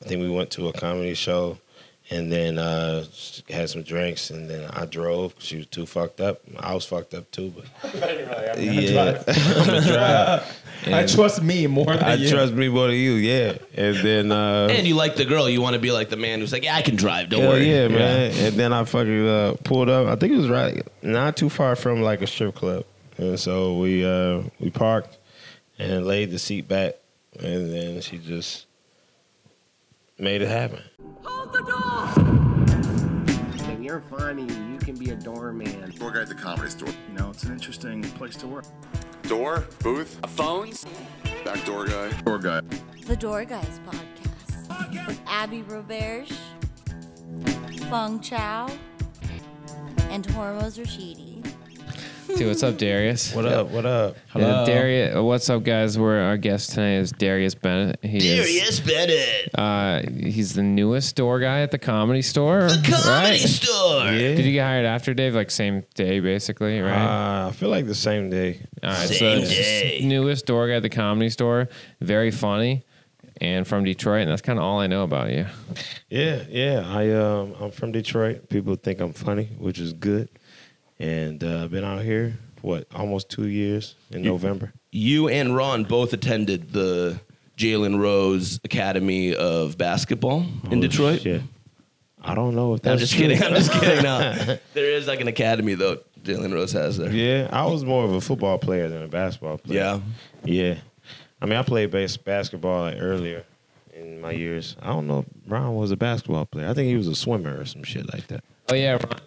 think we went to a comedy show, and then uh, had some drinks, and then I drove 'cause she was too fucked up. I was fucked up too, but yeah, I'm gonna drive. I trust me more than I you. trust me more than you, yeah. And then uh, And you like the girl, you want to be like the man who's like, yeah, I can drive. Don't Hell worry. yeah, man. And then I fucking uh, pulled up. I think it was right not too far from like a strip club. And so we uh, we parked and laid the seat back and then she just made it happen. Hold the door! If you're funny, you can be a doorman. Door guy at the comedy store. You know, it's an interesting place to work. Door, booth, Phones? back door guy. Door guy. The Door Guys podcast with Abby Roberge, Feng Chow, and Hormoz Rashidi. Dude, what's up, Darius? What up? What up? Yeah, Darius, Uh, what's up, guys? We're our guest tonight is Darius Bennett. He is, Darius Bennett, uh, he's the newest door guy at the comedy store. the comedy right? store. Did you get hired after Dave? Like same day, basically, right? Uh, I feel like the same day. All right, same it's day. newest door guy at the comedy store. Very funny, and from Detroit, and that's kind of all I know about you. Yeah, yeah. I um I'm from Detroit. People think I'm funny, which is good. And uh, been out here what almost two years in November. You and Ron both attended the Jalen Rose Academy of Basketball in Oh, Detroit. shit. I don't know if that's I'm just true. kidding. I'm just kidding. No, there is like an academy though. Jalen Rose has there. Yeah, I was more of a football player than a basketball player. Yeah. Yeah. I mean, I played base basketball like, earlier in my years. I don't know if Brown was a basketball player. I think he was a swimmer or some shit like that. Oh yeah, Ron.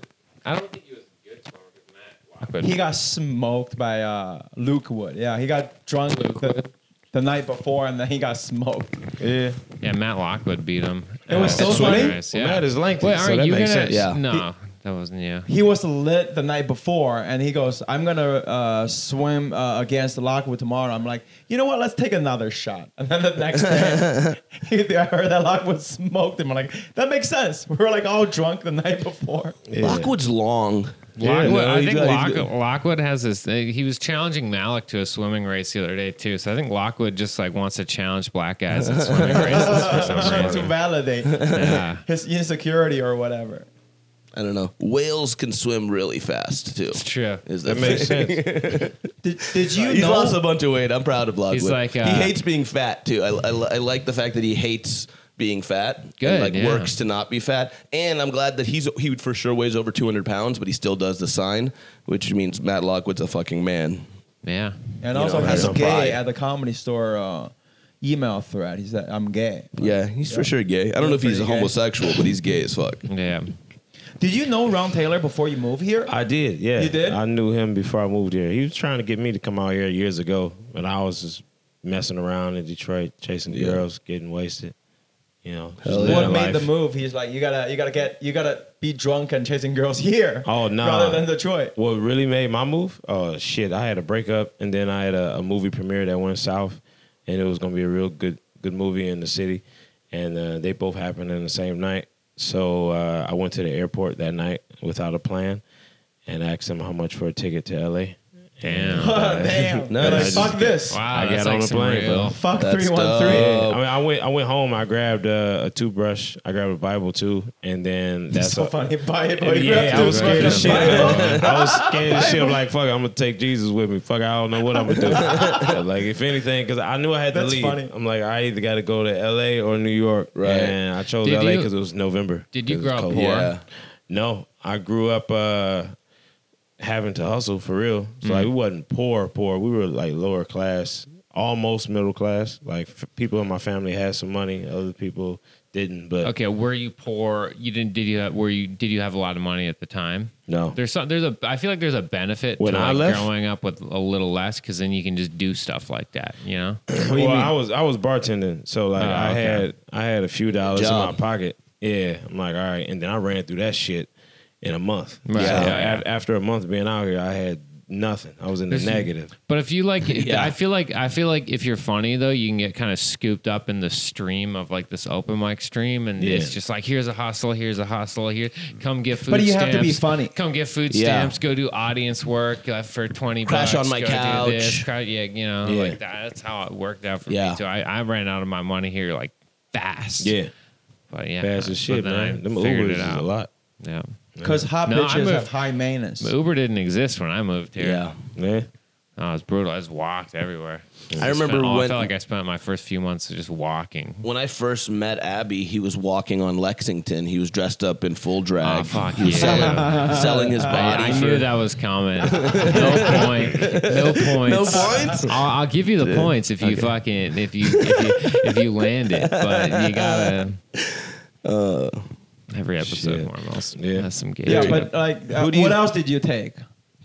I don't think he was a good swimmer Matt Lockwood. He got smoked by uh, Luke Wood. Yeah, he got drunk the, the night before, and then he got smoked. Yeah. yeah, Matt Lockwood beat him. It was so at funny. Swiss Race, Well, yeah. Matt is lengthy, Wait, so aren't that you makes gonna? sense. Yeah. No, that wasn't yeah. He was lit the night before, and he goes, "I'm gonna uh, swim uh, against Lockwood tomorrow." I'm like, "You know what? Let's take another shot." And then the next day, I heard that Lockwood smoked him. I'm like, "That makes sense." We were like all drunk the night before. Yeah. Lockwood's long. Lockwood, Yeah, no, I he's think got- he's Lock, got- Lockwood has this. Thing. He was challenging Malik to a swimming race the other day too. So I think Lockwood just like wants to challenge black guys at swimming races for some Trying to reason. validate Yeah. his insecurity or whatever. I don't know. Whales can swim really fast too. It's true. Is That makes sense. Did, did you He's know? lost a bunch of weight. I'm proud of Lockwood. He's like, uh, he hates being fat too. I, I, I like the fact that he hates being fat. Good, And like yeah. works to not be fat. And I'm glad that he's he would for sure weighs over 200 pounds, but he still does the sign, which means Matt Lockwood's a fucking man. Yeah. and you also, know, he's has a gay pride. at the comedy store uh, email thread. He said, "I'm gay." Yeah, he's for sure gay. I don't know if he's Pretty a gay. homosexual, but he's gay as fuck. Yeah. Did you know Ron Taylor before you moved here? I did, yeah. You did? I knew him before I moved here. He was trying to get me to come out here years ago, but I was just messing around in Detroit, chasing Yeah. girls, getting wasted. You know, just Hell living what made life. the move? He's like, you gotta, you gotta get, you gotta be drunk and chasing girls here. Oh, nah. Rather than Detroit. What really made my move? Oh shit! I had a breakup, and then I had a, a movie premiere that went south, and it was gonna be a real good good movie in the city, and uh, they both happened in the same night. So uh, I went to the airport that night without a plan, and asked them how much for a ticket to L.A. And uh, Damn. No, You're like, I fuck just- this. Wow. I that's got on like the some plane, real- bro. Fuck That's three one three. dope. I mean, I went. I went home. I grabbed uh, a toothbrush. I grabbed a Bible too, and then that's so a- funny. Buy it, but yeah, I was scared Bible. as shit. man. I was scared as shit. I'm like, fuck, it, I'm gonna take Jesus with me. Fuck, I don't know what I'm gonna do. like, if anything, because I knew I had to That's leave. funny. I'm like, I either got to go to L.A. or New York. Right. And I chose Did L.A. you- because it was November. Did you 'cause it was grow up cold. poor? Yeah. No, I grew up uh, having to hustle for real. So Mm-hmm. like, we wasn't poor, poor. We were like lower class, almost middle class. Like f- people in my family had some money, other people didn't. But Okay. Were you poor? You didn't? Did you? Have, were you? Did you have a lot of money at the time? no, There's some. There's a. I feel like there's a benefit When to I like left? growing up with a little less, because then you can just do stuff like that. You know. well, I was I was bartending, so like Oh, I okay. had I had a few dollars in my job. pocket. Yeah, I'm like, all right, and then I ran through that shit in a month. Right. So, Yeah, a- yeah. after a month being out here, I had nothing. I was in the There's- negative. But if you like, Yeah. I feel like I feel like if you're funny though, you can get kind of scooped up in the stream of like this open mic stream, and Yeah. it's just like here's a hustle, here's a hustle, here come get food. But you have to be stamps, funny. Come get food Yeah. stamps. Go do audience work uh, for twenty. Crash bucks, on my go do couch. this, cra- yeah, you know, Yeah. like that. That's how it worked out for Yeah. me too. I, I ran out of my money here like fast. Yeah. But yeah, fast but as shit, then man. I Them figured Ubers it is out. a lot. Yeah, Because hot No, I bitches have moved- high maintenance. but Uber didn't exist when I moved here. Yeah. Yeah. oh, it was brutal. I just walked everywhere. I remember spent all- I when- felt like I spent my first few months just walking. When I first met Abby, he was walking on Lexington. He was dressed up in full drag. Oh, fuck he was you. selling, selling his I, body. I for- knew that was coming. No point. No points. points? I'll, I'll give you the points if you fucking if you, if you if you land it, but you gotta. Every episode, shit. Hormels Yeah. has some gay. yeah, shit. but like, uh, Who what do you- else did you take?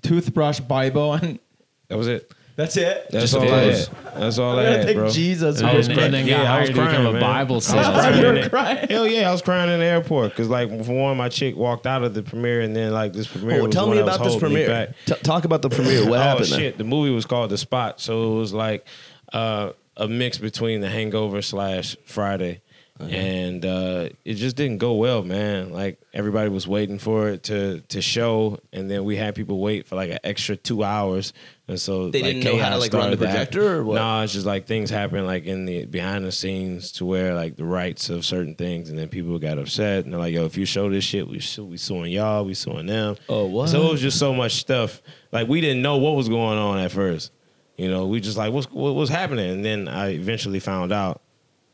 Toothbrush, Bible, and That was it. that's it. That's Just all those. I had. That's all I'm I gonna had, take bro. Jesus. and, I was then- crying. and then Yeah, got I hired was to become crying, a man. I Bible was You salesman. were crying. Hell yeah, I was crying in the airport because, like, for one, my chick walked out of the premiere, and then like this premiere. Oh, was tell when me I was about this holding me premiere. back. T- talk about the premiere. What oh, happened? there? shit. The movie was called The Spot. So it was like uh, a mix between The Hangover slash Friday. And uh, it just didn't go well, man. Like everybody was waiting for it to to show, and then we had people wait for like an extra two hours, and so They like, didn't know how to, chaos like, run the started happen. projector or what? Nah, Uh, it's just like things happen like in the behind the scenes to where like the rights of certain things, and then people got upset, and they're like, "Yo, if you show this shit, we su- we suing y'all, we suing them." Oh, what? So it was just so much stuff. Like we didn't know what was going on at first. You know, we just like what's what, what's happening, and then I eventually found out.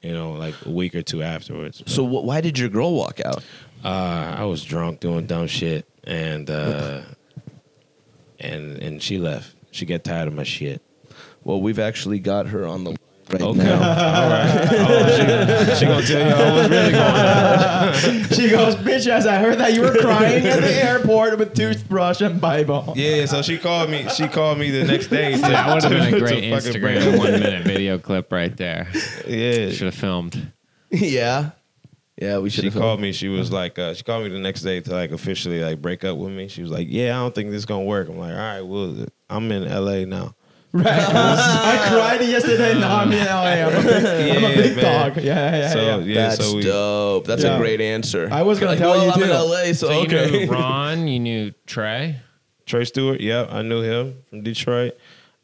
You know, like a week or two afterwards. So wh- why did your girl walk out? Uh, I was drunk doing dumb shit, and uh, and and she left. She got tired of my shit. Well, we've actually got her on the line right Okay. Oh, now. She gonna tell y'all what's really going on. She goes, bitch, as I heard that you were crying at the airport with toothbrush and Bible. Yeah, so she called me. She called me the next day. To, That would have been a great to fucking bring Instagram one minute video clip right there. it. Yeah, Should have filmed. yeah, yeah. We should she have called me. She was like, uh, she called me the next day to like officially like break up with me. She was like, yeah, I don't think this gonna work. I'm like, all right, well, I'm in L.A. now. Right. I cried yesterday. No, I'm in LA. I'm a big, I'm a Yeah, big man. dog. Yeah, yeah, so yeah, yeah. That's so we. dope. That's Yeah. a great answer. I was gonna Like, tell well, you I'm too. in LA, so, So you okay. knew Ron, you knew Trey. Trey Stewart, yeah, I knew him from Detroit.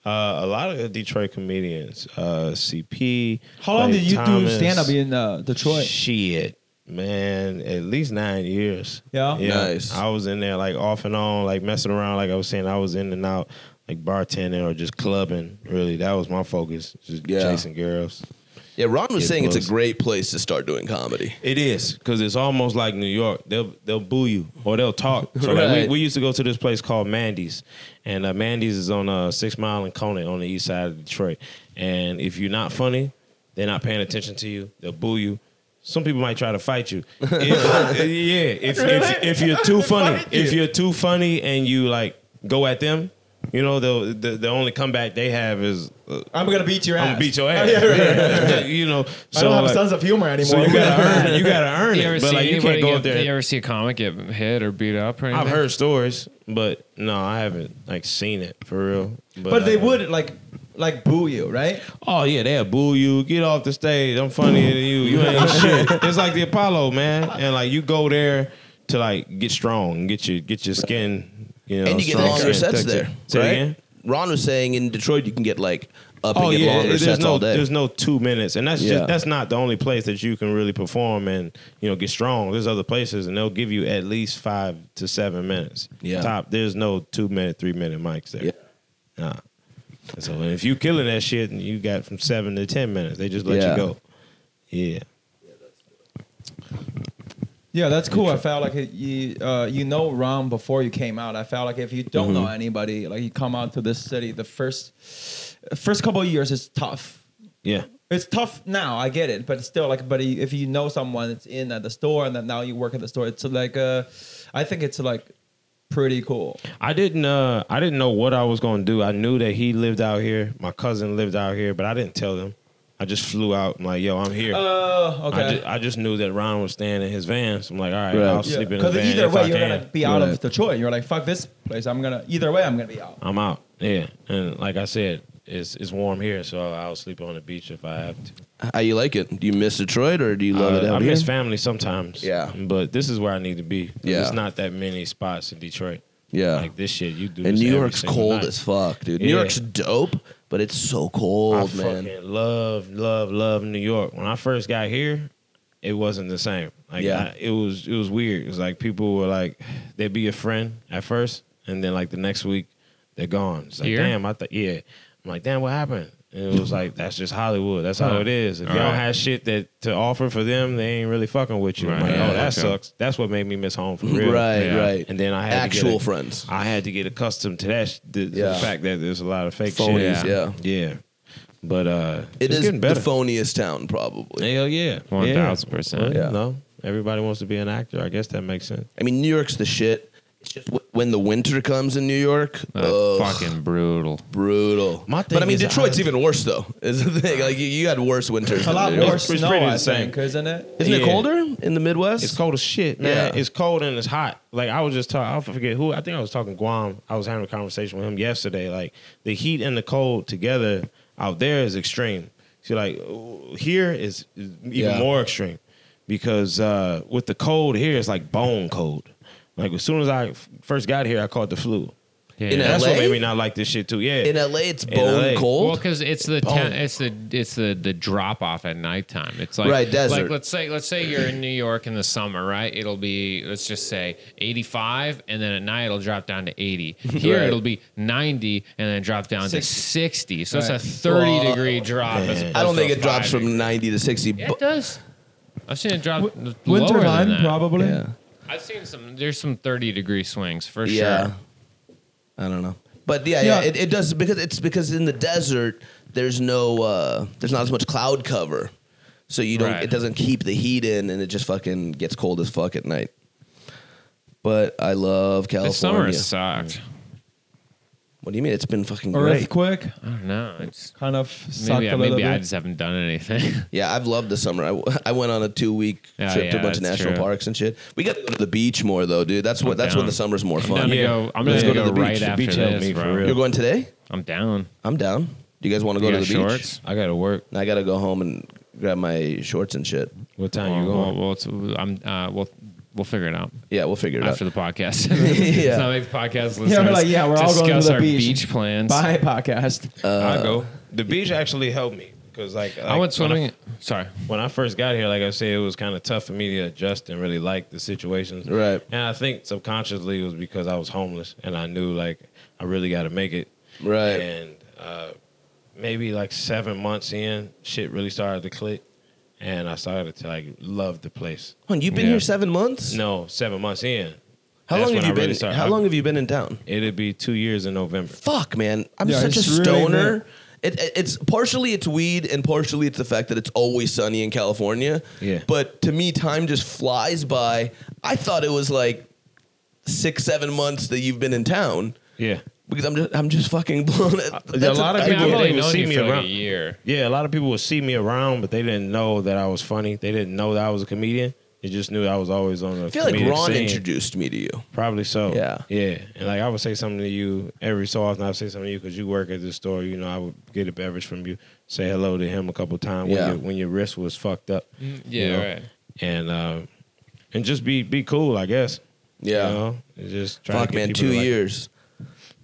Uh, a lot of Detroit comedians, uh, CP. How long Clay did you Thomas. do stand up in uh, Detroit? Shit, man, at least nine years. Yeah? Nice. I was in there like off and on, like messing around. Like I was saying, I was in and out, like bartending or just clubbing. Really, that was my focus, just Yeah. chasing girls. yeah, Ron was It saying it's was. a great place to start doing comedy. It is because it's almost like New York. They'll they'll boo you or they'll talk. So like, Right. we, we used to go to this place called Mandy's, and uh, Mandy's is on uh, Six Mile and Conant on the east side of Detroit. And if you're not funny, they're not paying attention to you. They'll boo you. Some people might try to fight you. If, yeah, if, if if you're too funny, if you're too funny and you like go at them, you know the the, the only comeback they have is uh, I'm gonna beat your ass. I'm gonna beat your ass. Oh, Yeah, right. you know, so I don't have a like, sense of humor so anymore. you gotta earn, you gotta earn You it. ever But see like you anybody can't go get, up there. You ever see a comic get hit or beat up or anything? I've heard stories, but no, I haven't like seen it for real. But, but they uh, would like like boo you, right? Oh yeah, they'll boo you. Get off the stage. I'm funnier than you. You ain't shit. It's like the Apollo, man. And like you go there to like get strong, get your get your skin. You know, and you get strong longer skin sets texture. there, Say it right? again? Ron was saying in Detroit you can get like up Oh and get yeah, longer there's sets no all day. there's no two minutes, and that's Yeah. just that's not the only place that you can really perform and you know get strong. There's other places, and they'll give you at least five to seven minutes. Yeah. top. There's no two minute, three minute mics there. Yeah. Nah. And So if you killing that shit, and you got from seven to ten minutes, they just let Yeah. you go. Yeah. Yeah, that's cool. I felt like you uh, you know Ron before you came out. I felt like if you Mm-hmm. don't know anybody, like you come out to this city, the first first couple of years is tough. Yeah. It's tough now. I get it, but it's still like, but if you know someone, it's in at the store, and then now you work at the store. It's like, uh, I think it's like pretty cool. I didn't uh I didn't know what I was gonna do. I knew that he lived out here. My cousin lived out here, but I didn't tell them. I just flew out. I'm like, yo, I'm here. Uh, Oh, okay. I, ju- I just knew that Ron was staying in his van. So I'm like, all right, Right. I'll Yeah, sleep in his van either if way, I you're can. gonna be out Yeah. of Detroit. You're like, fuck this place. I'm gonna either way, I'm gonna be out. I'm out. Yeah, and like I said, it's it's warm here, so I'll sleep on the beach if I have to. How you like it? Do you miss Detroit or do you love it Uh, out I here? miss family sometimes. Yeah. but this is where I need to be. 'cause Yeah. there's not that many spots in Detroit. yeah. Like this shit, you do. and this New every York's single cold night. as fuck, dude. New Yeah. York's dope, but it's so cold, I man. fucking love, love, love New York. When I first got here, it wasn't the same. Like Yeah. I- it was it was weird. It was like people were like they'd be your friend at first, and then like the next week they're gone. It's like Here? damn, I thought yeah. I'm like damn, what happened? And it was like that's just Hollywood. That's how Huh. it is. If All you don't right. have shit that to offer for them, they ain't really fucking with you. I'm Right. like, Yeah, oh, that okay. sucks. That's what made me miss home for real. Right, Yeah. right. And then I had to get actual a- friends. I had to get accustomed to that. sh- The, the Yeah. fact that there's a lot of fake Phonies, shit. yeah. yeah. But uh, It it's is getting better. the phoniest town, probably. Hell yeah, One Yeah. thousand percent. Yeah. No, everybody wants to be an actor. I guess that makes sense. I mean, New York's the shit. It's just wh- when the winter comes in New York, That's ugh, Uh, fucking brutal. brutal. Uh, My but I thing mean, is Detroit's I- even worse though. Is the thing like you, you had worse winters. a than lot New York. more It's pretty snow, I the same. think, isn't it? Isn't it Yeah. colder in the Midwest? It's cold as shit, man. Yeah. It's cold and it's hot. Like I was just talking, I forget who. I think I was talking Guam. I was having a conversation with him yesterday. Like the heat and the cold together out there is extreme. So like uh, here is is even Yeah. more extreme because uh, with the cold here, it's like bone cold. Like as soon as I f- first got here, I caught the flu. Yeah. In That's what LA? made me not like this shit too. Yeah, In LA, it's In bone LA. cold. Well, because it's the Bone. town, it's the it's the the drop off at nighttime. It's like Right, desert. Like let's say let's say you're in New York in the summer, right? It'll be let's just say 85, and then at night it'll drop down to 80. Here Right. it'll be 90, and then drop down to 60. So Right. it's a 30 Well, degree drop. As opposed I don't to think a it drops five. from ninety to sixty. Yeah, but- it does. I've seen it drop lower than Wintertime, that. probably. yeah, I've seen some. There's some 30 degree swings for yeah. sure. I don't know, but yeah, yeah, Yeah. It, it does because it's because in the desert there's no uh, there's not as much cloud cover, so you don't Right. it doesn't keep the heat in and it just fucking gets cold as fuck at night. But I love This summer California. has sucked. What do you mean? It's been fucking great. Earthquake I don't know. It's kind of sucked maybe a I, little maybe I bit. just haven't done anything. Yeah, I've loved the summer. I, w- I went on a two week Yeah, trip to a yeah, bunch of that's national true. parks and shit. We got to go to the beach more though, dude. That's what I'm that's when down. the summer's more I'm down fun. to Yeah. go. I'm Let's gonna go go, to the right beach. The after beach helped this, me for bro. real. You're going today? I'm down. I'm down. Do you guys want to go You to got the beach? shorts? I gotta work. And I gotta go home and grab my shorts and shit. What time Well, you going? well, well, it's, I'm. Uh, we'll we'll figure it out Yeah, we'll figure it after out. the podcast. Yeah. Let's not make the podcast listeners. Yeah, we're like, yeah, we're all going to discuss the our beach. plans. Bye, podcast. Uh, I go. The beach actually helped me because like, I went like, when swimming. Sorry. when I first got here, like I said, it was kind of tough for me to adjust and really like the situations. Right. And I think subconsciously it was because I was homeless and I knew like I really got to make it. Right. And uh, maybe like seven months in, shit really started to click, and I started to like love the place. Hold on, you've been Yeah. here seven months? No, seven months in. How That's long when have you I really been started- how long have you been in town? It'll be two years in November. Fuck man. I'm Yeah, such a it's really stoner. It, it- it's partially it's weed and partially it's the fact that it's always sunny in California. Yeah. But to me, time just flies by. I thought it was like six, seven months that you've been in town Yeah. because I'm just I'm just fucking blown. a lot of I mean, people- I've they only would known see you me for like around. a year. Yeah, a lot of people would see me around, but they didn't know that I was funny. They didn't know that I was a comedian. They just knew I was always on the. I feel like Ron scene. introduced me to you. Probably so. Yeah. Yeah. And like I would say something to you every so often. I would say something to you because you work at this store. You know, I would get a beverage from you, say hello to him a couple times Yeah. when, your, when your wrist was fucked up. Mm, Yeah, you know? right. And uh, and just be be cool, I guess. Yeah. You know? And just try Fuck to get man, people to two like- years.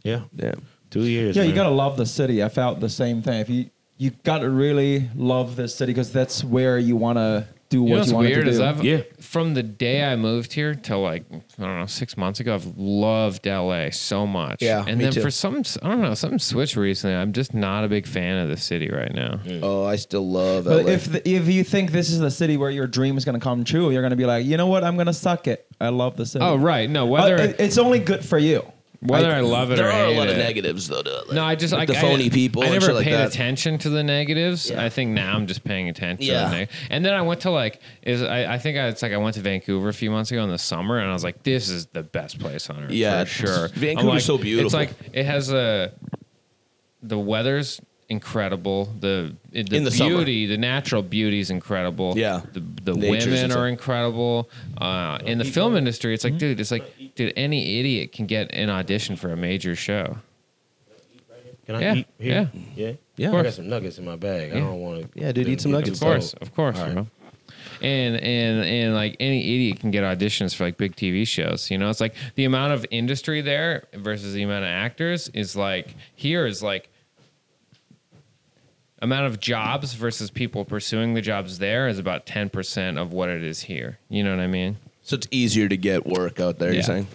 yeah. Yeah. Two years. Yeah, you man. gotta love the city. I felt the same thing. If you you gotta really love the city because that's where you wanna do You know what what's you want to weird do. is I've Yeah. from the day I moved here till like I don't know six months ago, I've loved LA so much. Yeah, and me then too. for some I don't know something switched recently. I'm just not a big fan of the city right now. Oh, I still love but LA. if the, if you think this is the city where your dream is gonna come true, you're gonna be like, you know what? I'm gonna suck it. I love the city. Oh right, no Uh, whether it- it's only good for you. whether I, love it there or are a hate lot it. of negatives though. To LA. No, I just Like I, the I- phony people. I and never shit like paid that. attention to the negatives. Yeah. I think now I'm just paying attention. Yeah. to the neg- And then I went to like is I, I think I, it's like I went to Vancouver a few months ago in the summer, and I was like, this is the best place on earth. Yeah, for sure. it's- I'm Vancouver's like, so It's beautiful. like it has a the weather's incredible. The it- the, In the summer. beauty, the natural beauty is incredible. Yeah. the, the Nature's women insane. are incredible. Uh, in the film industry, it's like dude, it's like dude, any idiot can get an audition for a major show. Can I Yeah, eat here? yeah. Yeah. Yeah. I got some nuggets in my bag. I Yeah. don't want to. Yeah, dude, eat some nuggets. Of course, of course, bro. And and and like any idiot can get auditions for like big TV shows. You know, it's like the amount of industry there versus the amount of actors is like here is like amount of jobs versus people pursuing the jobs there is about 10% of what it is here. You know what I mean? So it's easier to get work out there. You're Yeah. saying?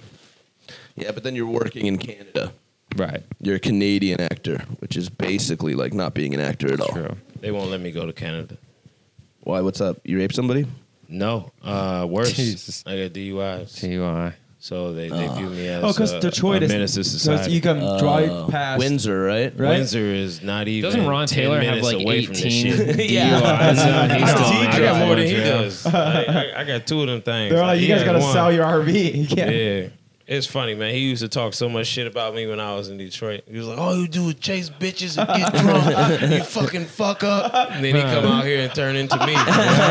Yeah, but then you're working in Canada. Right. You're a Canadian actor, which is basically like not being an actor at all. True. They won't let me go to Canada. Why? What's up? You rape somebody? No, uh, worse. Jesus. I got DUIs, TUI. so they, they view me as Oh, because uh, Detroit a is menace to because society. you can drive past Windsor, right? right? Windsor is not even. Doesn't Ron 10 Taylor have minutes like away from this shit. 18 DUIs? He's I, still got- on I got drugs. more than he Yeah. does. Like, I, I got two of them things. They're like, you He guys had gotta one. sell your RV. You can't. Yeah. It's funny, man. He used to talk so much shit about me when I was in Detroit. He was like, "All you do is chase bitches and get drunk. you fucking fuck up." And then he come out here and turn into me.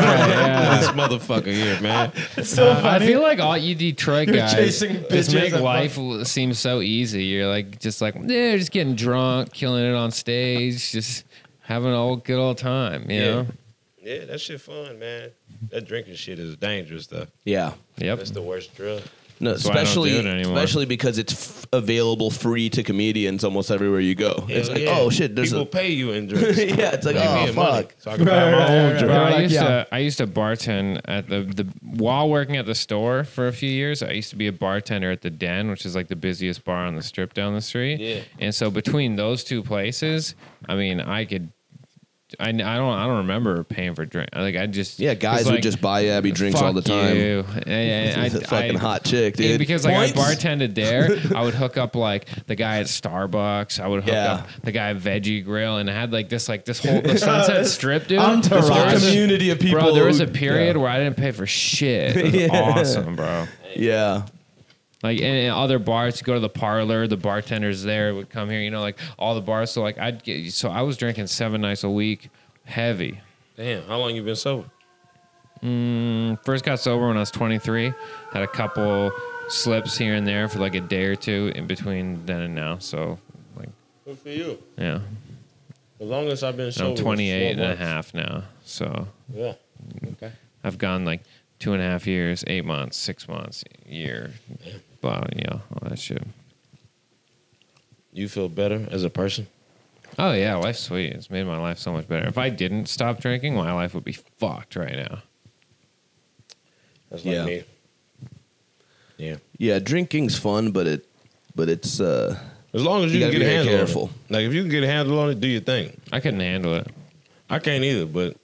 this motherfucker here, man. It's so Uh, I funny. feel like all you Detroit You're guys chasing just bitches make and life l- seem so easy. You're like just like yeah, just getting drunk, killing it on stage, just having an old good old time. You Yeah. know? Yeah, that shit fun, man. That drinking shit is dangerous stuff. Yeah. Yep. That's the worst drug. No, That's why I don't especially do it anymore. especially because it's f- available free to comedians almost everywhere you go. it's Hell like, yeah. oh shit, there's people a pay you in drinks. yeah. It's like, Give me oh fuck. money so I can buy Right, my right, own right, drink. Bro, Or I like, used yeah. to I used to bartend at the, the while working at the store for a few years. I used to be a bartender at the Den, which is like the busiest bar on the strip down the street. Yeah. And so between those two places, I mean, I could. I, I don't I don't remember paying for drink. Like I just Yeah, guys it's would like, just buy Abby drinks fuck all the time. You. And I, She's a fucking I- hot chick, Yeah, dude. because like I Points? bartended there, I would hook up like the guy at Starbucks. I would hook Yeah. up the guy at Veggie Grill, and I had like this like this whole the Sunset Strip, dude. Entourage. There was a- community of people. Bro, there was a who- period where I didn't pay for shit. It was Yeah. awesome, bro. Yeah. Like in, in other bars, you go to the parlor, the bartenders there would come here. You know, like all the bars. So like I'd get. So I was drinking seven nights a week, heavy. Damn, how long you been sober? First got sober when I was 23. Had a couple slips here and there for like a day or two in between then and now. So like Good for you. yeah, The longest I've been sober. I'm was 28 and four a months. half now. So Yeah. I've gone like two and a half years, eight months, six months, year, blah, you know, all that shit. You feel better as a person? Oh yeah, life's sweet. It's made my life so much better. If I didn't stop drinking, my life would be fucked right now. That's like Yeah. me. Yeah. Yeah, drinking's fun, but it but it's uh As long as you, You can get a gotta be very handle careful. on it. Like if you can get a handle on it, do your thing. I couldn't handle it. I can't either, but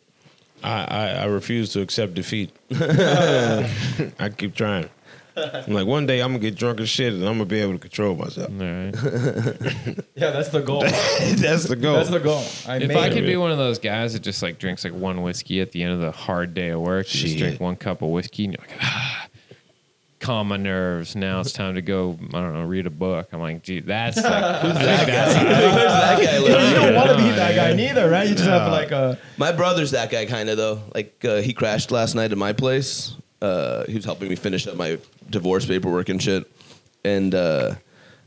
I I, I refuse to accept defeat. I keep trying. I'm like one day I'm gonna get drunk as shit and I'm gonna be able to control myself. All right. Yeah, that's the goal. That's the goal. That's the goal. I If made I it. could be one of those guys that just like drinks like one whiskey at the end of the hard day of work, you just Shit. drink one cup of whiskey and you're like, ah, calm my nerves. Now it's time to go, I don't know, read a book. I'm like, gee, that's like, who's that guy? that guy You lives don't, you don't here. want to be that guy neither, right? You just have like a My brother's that guy kind of though. Like uh, he crashed last night at my place. Uh, he was helping me finish up my divorce paperwork and shit. And uh,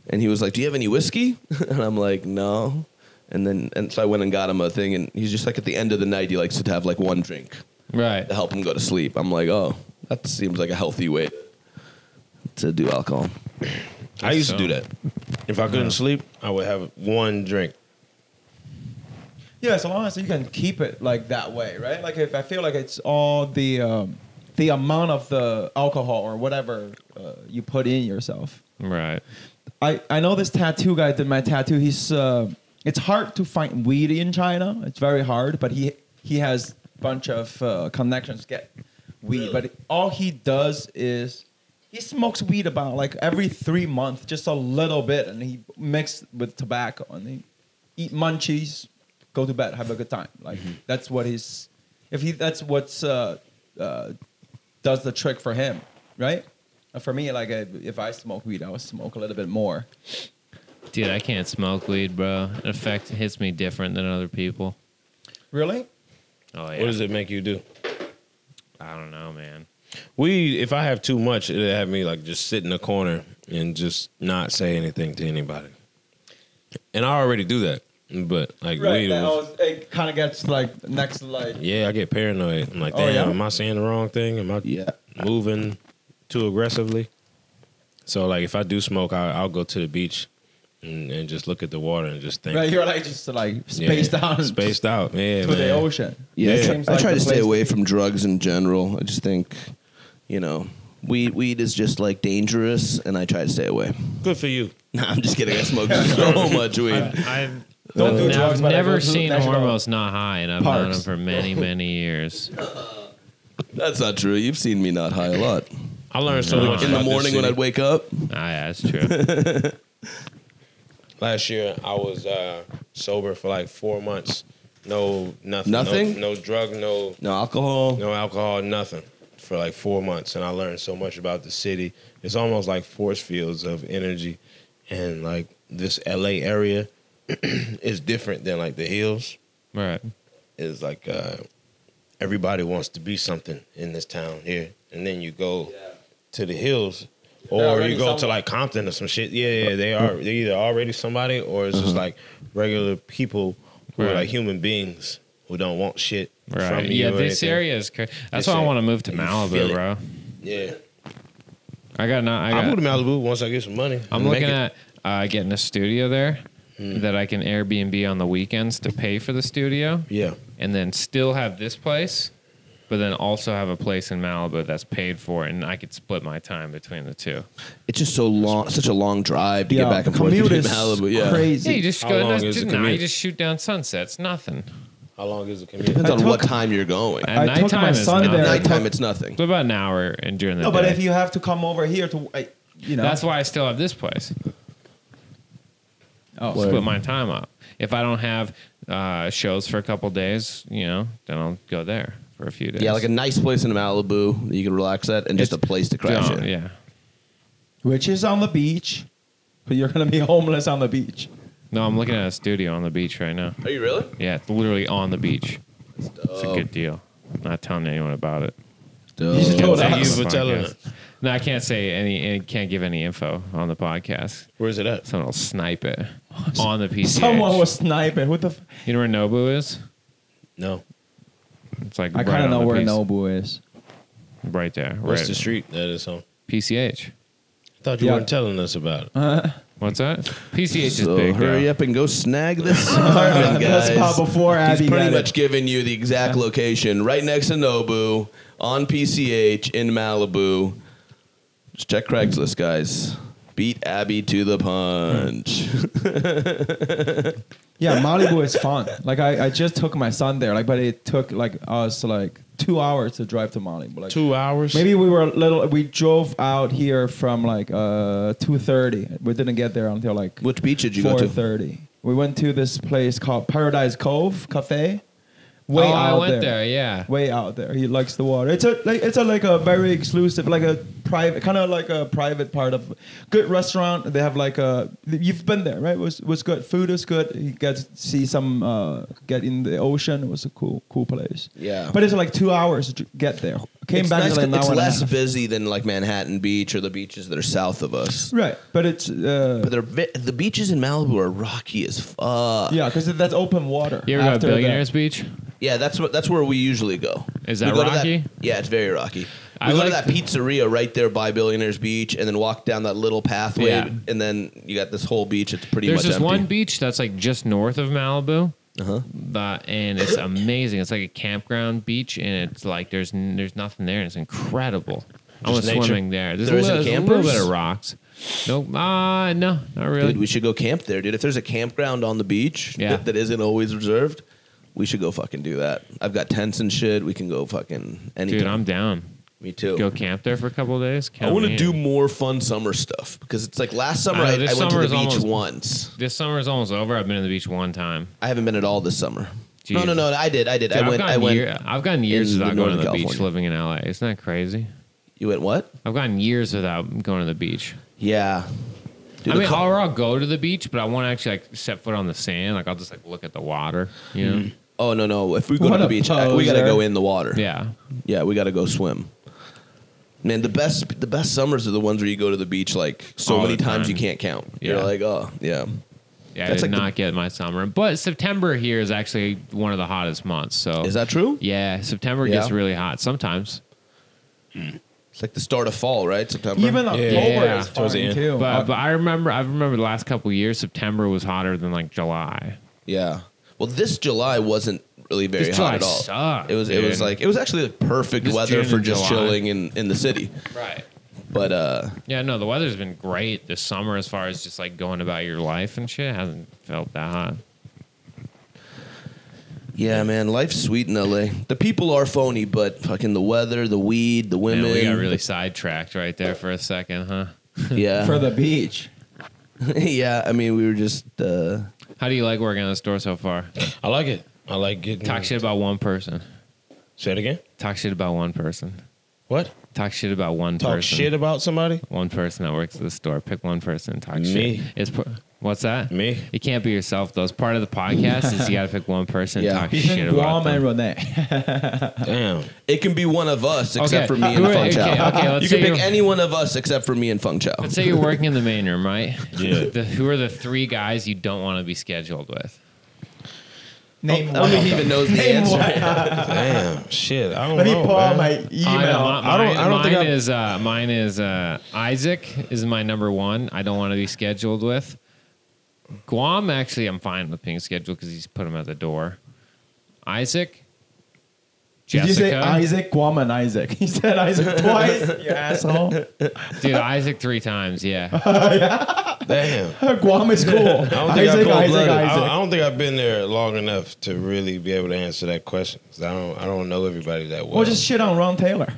and he was like, "Do you have any whiskey?" and I'm like, "No." And then and so I went and got him a thing. And he's just like, at the end of the night, he likes to have like one drink Right. to help him go to sleep. I'm like, "Oh, that seems like a healthy way to do alcohol." I used to So- do that. If I couldn't sleep, I would have one drink. yeah. So long as you can keep it like that way, right? Like if I feel like it's all the um, the amount of the alcohol or whatever uh, you put in yourself. Right. I, I know this tattoo guy did my tattoo. He's uh, it's hard to find weed in China. It's very hard, but he he has bunch of uh, connections to get weed. But all he does is he smokes weed about like every three months, just a little bit, and he mixed with tobacco and he eat munchies, go to bed, have a good time. Like that's what he's if he that's what's uh, uh, does the trick for him, right? Uh, For me, like I, if I smoke weed, I would smoke a little bit more. Dude, I can't smoke weed, bro. It affects, hits me different than other people. Really? Oh, yeah. What does it make you do? I don't know, man. We, if I have too much, it'll have me like just sit in a corner and just not say anything to anybody. And I already do that, but like Right. weed, that was- always- it kind of gets like next, like yeah, I get paranoid. I'm like, Oh, damn, yeah? am I saying the wrong thing? Am I Yeah. moving too aggressively? So like, if I do smoke, I, I'll go to the beach and, and just look at the water and just think. Right, you're like just like Yeah. spaced out, Spaced out. Yeah, to man. the ocean. Yeah, Yeah. I, try, Seems I like try the to stay place- away from drugs in general. I just think, you know, weed weed is just like dangerous, and I try to stay away. Good for you. Nah, I'm just kidding. I smoke so much weed. I've, Don't do now, drugs, I've but I go never to seen national Hormos not high, and I've known parks. him for many, many years. That's not true. You've seen me not high a lot. I learned so No. much In about the this morning when city. I'd wake up, Ah, yeah, that's true. last year I was uh, sober for like four months. No nothing. Nothing? No, no drug. No no alcohol. no alcohol. Nothing for like four months, and I learned so much about the city. It's almost like force fields of energy, and like this LA area is different than like the hills. right. Is like uh, everybody wants to be something in this town here, and then you go to the hills. Or already you go to someone. like Compton or some shit. Yeah, yeah, they are. They either already somebody, or it's just like regular people who are Mm-hmm. Right. like human beings who don't want shit Right. from you. Yeah, or this anything. area is crazy. That's This why I area. want to move to You feel Malibu, it. bro. Yeah, I got not. I I got, move to Malibu once I get some money. I'm and make looking it. at uh, getting a studio there that I can Airbnb on the weekends to pay for the studio, yeah, and then still have this place, but then also have a place in Malibu that's paid for, and I could split my time between the two. It's just so long, such a long drive to get back and forth commute between is Malibu. Yeah, Yeah, crazy. you just How go. long no, is the dude, nah, you commute? just shoot down sunsets. Nothing. How long is the commute? depends I on what took- time you're going. At I took nighttime my is son nothing. there. It's Nighttime, it's nothing. about an hour and during the no, day. but if you have to come over here to, uh, you know, that's why I still have this place. Oh, split my time up. If I don't have uh, shows for a couple days, you know, then I'll go there for a few days. Yeah, like a nice place in Malibu that you can relax at, and just It's- a place to crash Don't, in. Yeah, which is on the beach, but you're gonna be homeless on the beach. no, I'm looking at a studio on the beach right now. Are you really? Yeah, it's literally on the beach. It's a good deal. I'm not telling anyone about it. You just told Thank Thank you you us. for telling us. No, I can't say any. and Can't give any info on the podcast. Where is it at? Someone will snipe it on the PC. Someone was sniping. Who the? F- You know where Nobu is? No, It's like I right kind of on know the where piece- Nobu is. Right there. Right. what's the street that is on? PCH. I thought you Yeah. weren't telling us about it. What's that? PCH So is big. hurry though. up and go snag this apartment, guys. That's about before Abby He's pretty got much it. giving you the exact location, right next to Nobu, on PCH in Malibu. Just check Craigslist, guys. Beat Abby to the punch. Yeah, Malibu is fun. Like I, I just took my son there. Like, but it took like us like two hours to drive to Malibu. Like Two hours. Maybe we were a little. We drove out here from like uh two thirty. We didn't get there until like Which beach did you go four to? thirty. We went to this place called Paradise Cove Cafe. Way oh, out I went there. Yeah. Way out there. He likes the water. It's a like, it's a like a very exclusive, like a private, kind of like a private part of good restaurant. They have like a you've been there, right? It was was good. Food is good. You get to see some uh, get in the ocean. It was a cool cool place. Yeah. but it's like two hours to get there. Came it's back nice in like an it's hour and a less half. busy than like Manhattan Beach or the beaches that are south of us. Right, but it's uh, But they're vi- the beaches in Malibu are rocky as fuck. yeah, because that's open water. You ever go to after that. Billionaires Beach? Yeah, that's what that's where we usually go. Is We that go to rocky? yeah, it's very rocky. We I go to like- that pizzeria right there by Billionaires Beach, and then walk down that little pathway, Yeah. and then you got this whole beach. It's pretty There's much Uh-huh. this empty. one beach that's like just north of Malibu. That, and it's amazing. It's like a campground beach, and it's like there's n- there's nothing there, and it's incredible. I went Just nature? swimming there. There's, There a, isn't little, there's a little campers? bit of rocks. No, uh, no, not really. Dude, we should go camp there, dude. If there's a campground on the beach Yeah. that, that isn't always reserved, we should go fucking do that. I've got tents and shit. We can go fucking anytime. Dude, I'm down. Me too. Go camp there for a couple of days. I Count want me to in. do more fun summer stuff because it's like last summer I, I know, I this went to summer the is beach almost- once. This summer is almost over. I've been to the beach one time. I haven't been at all this summer. No, Jeez. no, no. I did. I did. Dude, I went. I've, I gotten went. year- I've gotten years in without going to the Northern beach California. living in LA. Isn't that crazy? You went what? I've gotten years without going to the beach. Yeah. Dude, I the mean, co- or I'll go to the beach, but I won't actually like set foot on the sand. Like I'll just like look at the water. You know? oh no, no. If we go What to the a beach, I- we got to poser. go in the water. Yeah. yeah, we got to go swim. Man, the best the best summers are the ones where you go to the beach like so All many the times time. you can't count. Yeah. You're like, oh yeah, Yeah, That's I like did the- not get my summer. But September here is actually one of the hottest months. So is that true? Yeah, September Yeah. gets really hot sometimes. It's like the start of fall, right? September. Even October Yeah. is Towards the fine end. Oh, too. But, but I remember I remember the last couple years September was hotter than like July. yeah. Well, this July wasn't really very This hot July at all. sucked, it was. It dude. was like it was actually the perfect This weather June for and just July. chilling in in the city. Right. But uh, Yeah, no, the weather's been great this summer as far as just like going about your life and shit. It hasn't felt that hot. yeah, man, life's sweet in LA. The people are phony, but fucking the weather, the weed, the Man, women. we got really sidetracked right there for a second, huh? yeah. for the beach. yeah, I mean, we were just. Uh, How do you like working in the store so far? I like it. I like getting Talk shit about one person. Say it again. Talk shit about one person. What? Talk shit about one Talk person. shit about somebody? one person that works at the store. Pick one person. and Talk Me. shit. It's p- what's that? Me. You can't be yourself. Though it's part of the podcast is you got to pick one person. Yeah. and Talk Between shit about Guam and them. Renee. Damn. it can be one of us except Okay. for me and Who are- Feng Chao. okay, okay, let's you can say pick you're- any one of us except for me and Feng Chao. Let's say you're working in the main room, right? Yeah. The, who are the three guys you don't want to be scheduled with? Name I don't think he even knows the answer. Damn. Shit. I don't Let me know. pull man. out my I know, email. mi- I don't- mine- I don't think mine I've- is uh, mine is uh, Isaac is my number one. I don't want to be scheduled with Guam. Actually, I'm fine with being scheduled because he's put him at the door. Isaac, Did Jessica, you say Isaac Guam and Isaac? He said Isaac twice. you asshole. dude, Isaac three times. Yeah, Damn. Guam is cool. I don't think Isaac, I Isaac, Isaac, I, Isaac. I don't think I've been there long enough to really be able to answer that question. 'cause I don't. I don't know everybody that well. Well, just shit on Ron Taylor.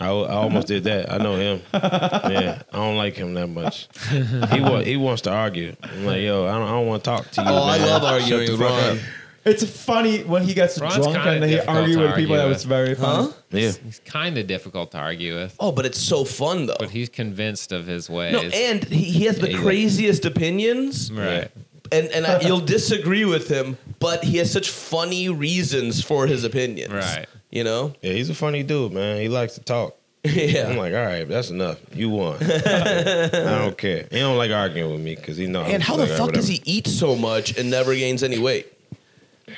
I, I almost did that. I know him. Yeah, I don't like him that much. He wa- he wants to argue. I'm like, yo, I don't, I don't want to talk to you. Oh, I man. love Shut arguing the with fuck Ron. up. It's funny when he gets Ron's drunk kinda and he difficult argues to with people. argue That with. was very funny. Huh? Yeah, he's kind of difficult to argue with, Oh, but it's so fun though. but he's convinced of his ways. No, and he, he has the Yeah, he's like- craziest opinions, right. and and I, you'll disagree with him, but he has such funny reasons for his opinions. Right. You know. yeah, he's a funny dude, man. He likes to talk. yeah. I'm like, all right, that's enough. You won. I don't care. He don't like arguing with me because he knows. and how the fuck does he eat so much and never gains any weight?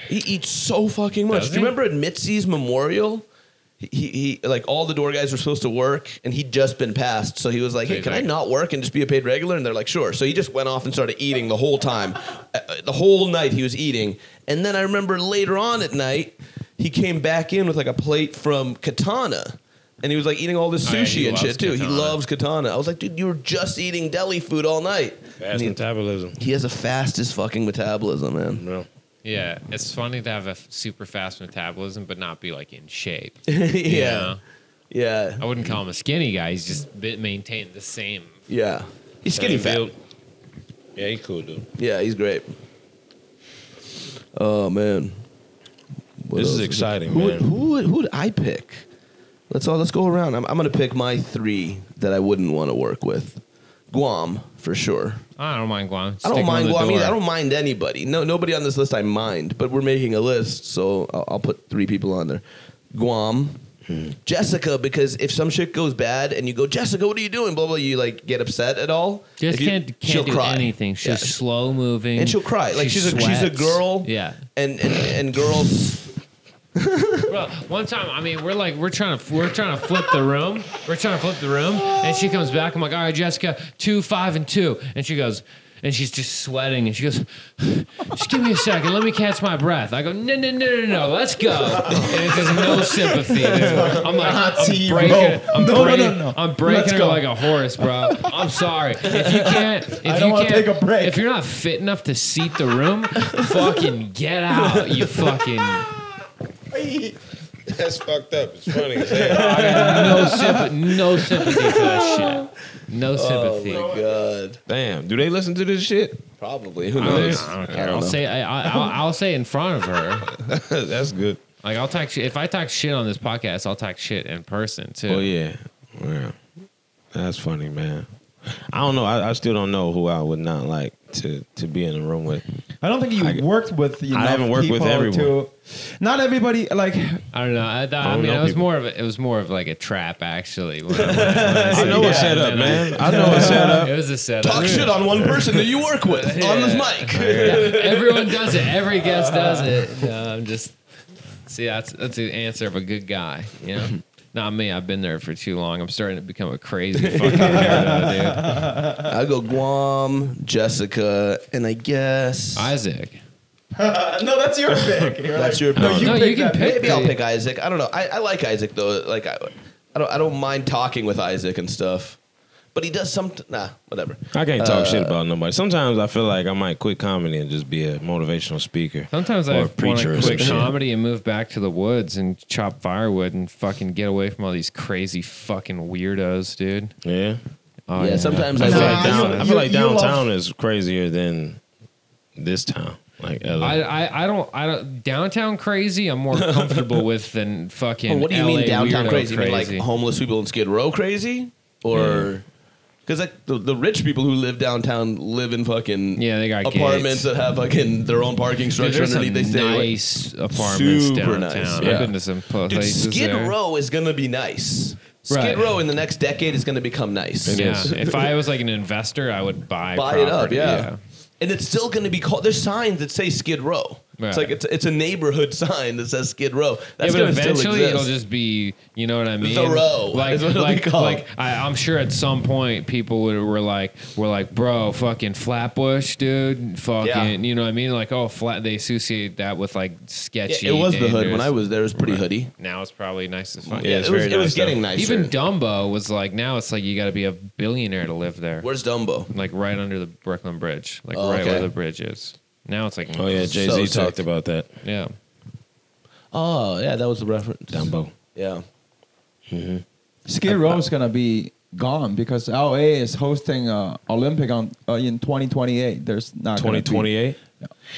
He eats so fucking much. Does Do you he? remember at Mitzi's memorial? He, he, he- like all the door guys were supposed to work, and he'd just been passed. So he was like, "Hey, he's can I like- not work and just be a paid regular?" And they're like, "Sure." So he just went off and started eating the whole time, Uh, uh, the whole night he was eating. And then I remember later on at night, he came back in with like a plate from Katana, and he was like eating all this Oh, yeah, sushi he and loves shit too. He Katana. loves Katana. I was like, "Dude, you were just eating deli food all night." And Fast he- metabolism. he has the fastest fucking metabolism, man. No. Yeah, it's funny to have a f- super fast metabolism, but not be like in shape. yeah. you yeah. know? Yeah. I wouldn't call him a skinny guy. He's just bit- maintained the same. He's skinny Same fat. build. Yeah, he cool dude. Yeah, he's great. Oh man. What This else is exciting, Who would, man. who would who would I pick? Let's all let's go around. I'm I'm gonna pick my three that I wouldn't want to work with. Guam for sure. I don't mind Guam. Stick I him on don't mind the Guam. door. Either. I don't mind anybody. No, nobody on this list I mind. But we're making a list, so I'll, I'll put three people on there. Guam, Jessica, because if some shit goes bad and you go, Jessica, what are you doing? Blah blah. You like get upset at all? Just If you- can't can't she'll do cry. anything. She's Yeah. slow moving, and she'll cry. Like she she's a, she's a sweats. girl. Yeah. And and and girls. Bro, one time, I mean, we're like we're trying to we're trying to flip the room. We're trying to flip the room, and she comes back. I'm like, all right, Jessica, two, five, and two, and she goes. And she's just sweating, and she goes, "Just give me a second, let me catch my breath." I go, "No, no, no, no, no, let's go." And it's just no sympathy. Dude. I'm like, Nazi I'm breaking, rope. I'm No, no, breaking, no, no. I'm breaking Let's her go. like a horse, bro. I'm sorry if you can't. If don't you wanna can't take a break. If you're not fit enough to seat the room, fucking get out, you fucking That's fucked up. It's funny. as hell. no sympathy. No sympathy for that shit. No sympathy. Oh my god. Damn. Do they listen to this shit? Probably. Who I don't, knows? I don't I care. don't I'll know. say I, I, I'll, I'll say in front of her. that's good. Like I'll talk shit. If I talk shit on this podcast, I'll talk shit in person too. Oh yeah, yeah. That's funny, man. I don't know. I, I still don't know who I would not like to to be in a room with. I don't think you I- worked with. Enough haven't worked with people everyone. To, not everybody like. I don't know. I, thought, I I, don't mean, know it was people. more of a, it was more of like a trap actually. when I- I know it's set up, man. I know it's set it up. was a setup. Talk shit on one person that you work with on this mic. Everyone does it. Every guest does it. No, I'm just see that's that's the answer of a good guy. You know, Not me. I've been there for too long. I'm starting to become a crazy fucking weirdo, dude. I go Guam, Jessica, and I guess Isaac. Uh, no, that's your pick. You're like, That's your No, pick. you, No, pick you can that pick. Maybe I'll the- pick Isaac. I don't know. I, I like Isaac though. Like I, I don't I don't mind talking with Isaac and stuff. But he does some nah, whatever. I can't talk shit about nobody. Sometimes I feel like I might quit comedy and just be a motivational speaker. Sometimes or I a want to some quit shit. comedy and move back to the woods and chop firewood and fucking get away from all these crazy fucking weirdos, dude. Yeah. Oh, yeah, sometimes I I feel Nah, like, you- down, you- I feel like you love- downtown is crazier than this town. Like LA. I, I, I don't I don't downtown crazy. I'm more comfortable with than fucking. Well, Oh, what do you LA mean downtown weirdo crazy? You mean like homeless people in Skid Row crazy, or because like the, the rich people who live downtown live in fucking Yeah, they got gates. apartments that have fucking their own parking Dude, structure there's some underneath. They stay away. nice apartments Super downtown. nice, I've yeah. been to some Dude, places Skid there. Row is gonna be nice. Right. Skid Row in the next decade is gonna become nice. It Yeah, is. if I was like an investor, I would buy Buy it up, property, yeah. And it's still gonna be called. There's signs that say Skid Row. Right. It's like it's, it's a neighborhood sign that says Skid Row. Yeah, That's but gonna still eventually exist. it'll just be, you know what I mean? row Like, is what it'll be like, called. like I, I'm sure at some point people would, were like, were like, bro, fucking Flatbush, dude, fucking, Yeah. you know what I mean? Like, oh, flat. They associate that with like Yeah, sketchy. it was the hood when dangerous- I was there. It was pretty hoodie. Now it's probably nice as fuck. Yeah, Yeah, it's it was, very it was nice, getting though. nicer. Even Dumbo was like now it's like you got to be a billionaire to live there. Where's Dumbo? like right under the Brooklyn Bridge, like Oh, right where okay. the bridge is. Now it's like oh yeah, Jay Z So sick. talked about that. yeah. Oh yeah, that was the reference. Dumbo. Yeah. Skid Row is gonna be gone because LA is hosting uh, Olympic on uh, in 2028. There's not gonna be- Twenty twenty eight.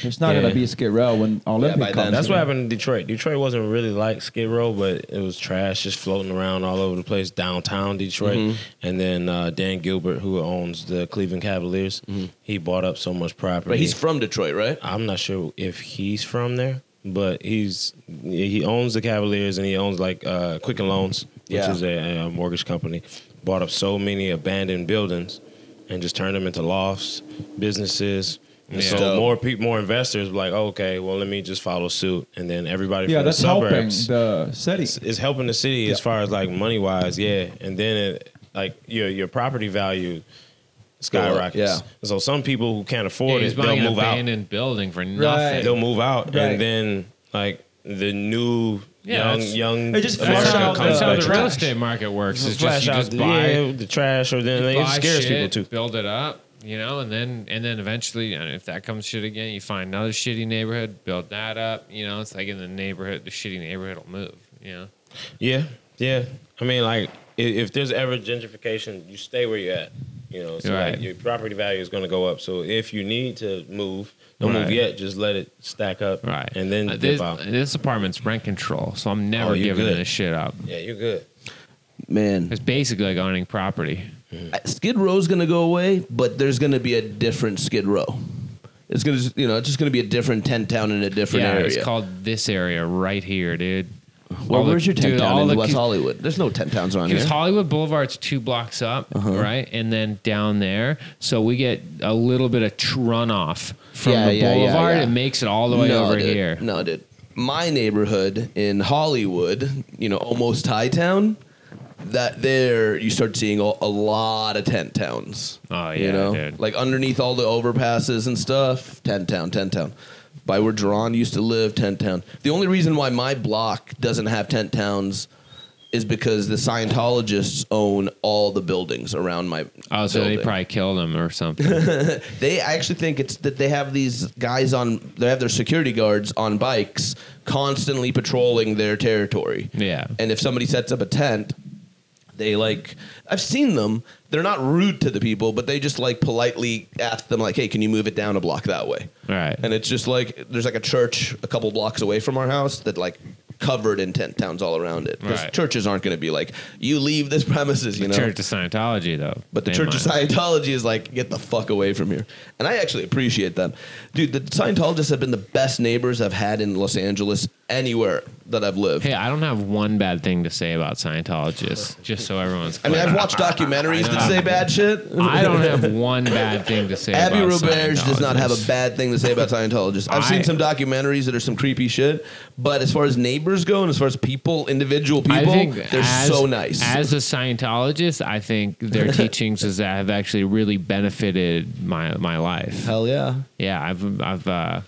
There's not Yeah. gonna be a Skid Row when Olympic by then. comes. That's what happened in Detroit. Detroit wasn't really like Skid Row, but it was trash, just floating around all over the place, downtown Detroit. And then uh, Dan Gilbert, who owns the Cleveland Cavaliers, he bought up so much property. But he's from Detroit, right? I'm not sure if he's from there, but he's he owns the Cavaliers and he owns like uh, Quicken Loans, which Yeah. is a, a mortgage company. Bought up so many abandoned buildings and just turned them into lofts, businesses. And Yeah. So Dope. more people, more investors, were like "Oh, okay, well, let me just follow suit, and then everybody Yeah, from the that's helping suburbs the city. it's, it's helping the city as far as like money wise, yeah. And then it, like your your property value skyrockets. yeah. So some people who can't Yeah, afford he's it, they'll buying an move out abandoned building for nothing. they'll move out Right. and then like the new Yeah, young it's- young They just flush America out comes That's how back. the trash. real estate market works. Just It's just flash you out just the, buy, yeah, the trash or then it buy scares shit, people too. build it up, you know, and then and then eventually, and if that comes shit again, you find another shitty neighborhood, build that up. You know, it's like in the neighborhood, the shitty neighborhood will move. You know, Yeah, yeah. I mean like i- if there's ever gentrification, you stay where you're at. You know, so Right. like your property value is going to go up. So if you need to move, don't move Right. yet. Just let it stack up, And then Uh, dip this, out. this apartment's rent control, so I'm never Oh, you're giving good. this shit up. Yeah, you're good. Man, It's basically like owning property. Skid Row's gonna go away, but there's gonna be a different Skid Row. It's gonna, just, you know, it's just gonna be a different tent town in a different yeah, area. it's called this area right here, dude. well, all the- where's your tent dude, all town the in West ki- Hollywood? There's no tent towns around here. Because Hollywood Boulevard's two blocks up, Uh-huh. right, and then down there, so we get a little bit of tr- runoff from Yeah, the yeah, yeah, boulevard. yeah. It makes it all the way over dude. here. No, dude. My neighborhood in Hollywood, you know, almost Thai town, that there you start seeing a, a lot of tent towns. Oh, yeah, you know, dude. like underneath all the overpasses and stuff, tent town, tent town. By where Duran used to live, tent town. The only reason why my block doesn't have tent towns is because the Scientologists own all the buildings around my. Oh, so they building. probably killed him or something. They I actually think it's that they have these guys on they have their security guards on bikes constantly patrolling their territory. Yeah. And if somebody sets up a tent, they like I've seen them. They're not rude to the people, but they just like politely ask them like, "Hey, can you move it down a block that way?" Right. And it's just like there's like a church a couple blocks away from our house that like covered in tent towns all around it. 'Cause Right. Churches aren't going to be like, "You leave this premises," you know. Church of Scientology, though. But the They Church of might. Scientology is like, get the fuck away from here. And I actually appreciate them. Dude, the Scientologists have been the best neighbors I've had in Los Angeles anywhere that I've lived. Hey, I don't have one bad thing to say about Scientologists, just so everyone's I mean, clear. I've watched documentaries that say bad shit. I don't have one bad thing to say Abby about Roberge does not have a Scientologists. bad thing to say about Scientologists. I've I- seen some documentaries that are some creepy shit, but as far as neighbors go and as far as people, individual people, they're as- so nice. As a Scientologist, I think their teachings is that have actually really benefited my my life. Hell yeah. Yeah, I've I've uh,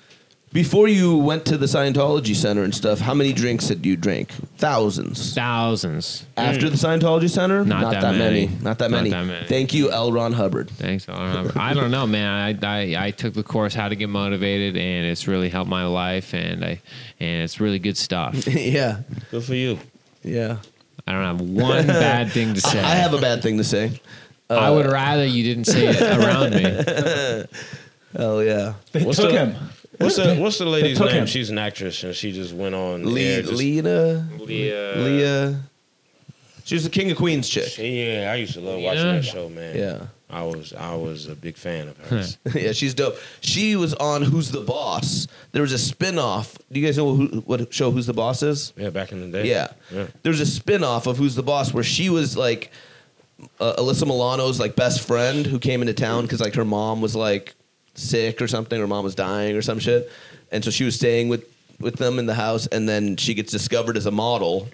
Before you went to the Scientology Center and stuff, how many drinks did you drink? Thousands. thousands. After the Scientology Center? Mm. Not that many. Not that Not many. that many. Thank you, L. Ron Hubbard. Thanks. I don't, remember. I don't know, man. I, I I took the course how to get motivated, and it's really helped my life, and I and it's really good stuff. yeah. Good for you. Yeah. I don't have one bad thing to say. I have uh, a bad thing to say. I would rather you didn't say it around me. Hell yeah. They What's took the- him. What's the What's the lady's took name? him. She's an actress, and she just went on. Lee, air just- Lena, Leah. Leah. She was the King of Queens chick. Yeah, I used to love watching Yeah. that show, man. Yeah. I was I was a big fan of hers. yeah, she's dope. She was on Who's the Boss. There was a spin-off. Do you guys know who, what show Who's the Boss is? yeah, back in the day. Yeah. There was a spin-off of Who's the Boss where she was like uh, Alyssa Milano's like best friend who came into town cuz like her mom was like sick or something her mom was dying or some shit. And so she was staying with with them in the house and then she gets discovered as a model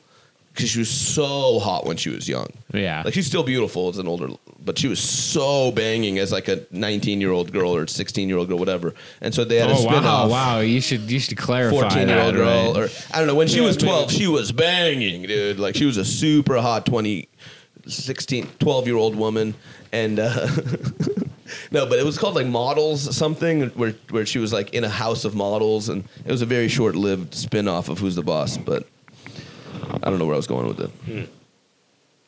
cuz she was so hot when she was young. Yeah. Like she's still beautiful as an older, but she was so banging as like a 19 year old girl or 16 year old girl, whatever. And so they had a oh spin wow! off. Wow, you should you should clarify. 14 year old that, right? girl, or I don't know. When she Yeah, was 12, maybe. she was banging, dude. Like she was a super hot 20, 16, 12 year old woman. And uh, no, but it was called like Models something where, where she was like in a house of models. And it was a very short lived spin off of Who's the Boss, but I don't know where I was going with it.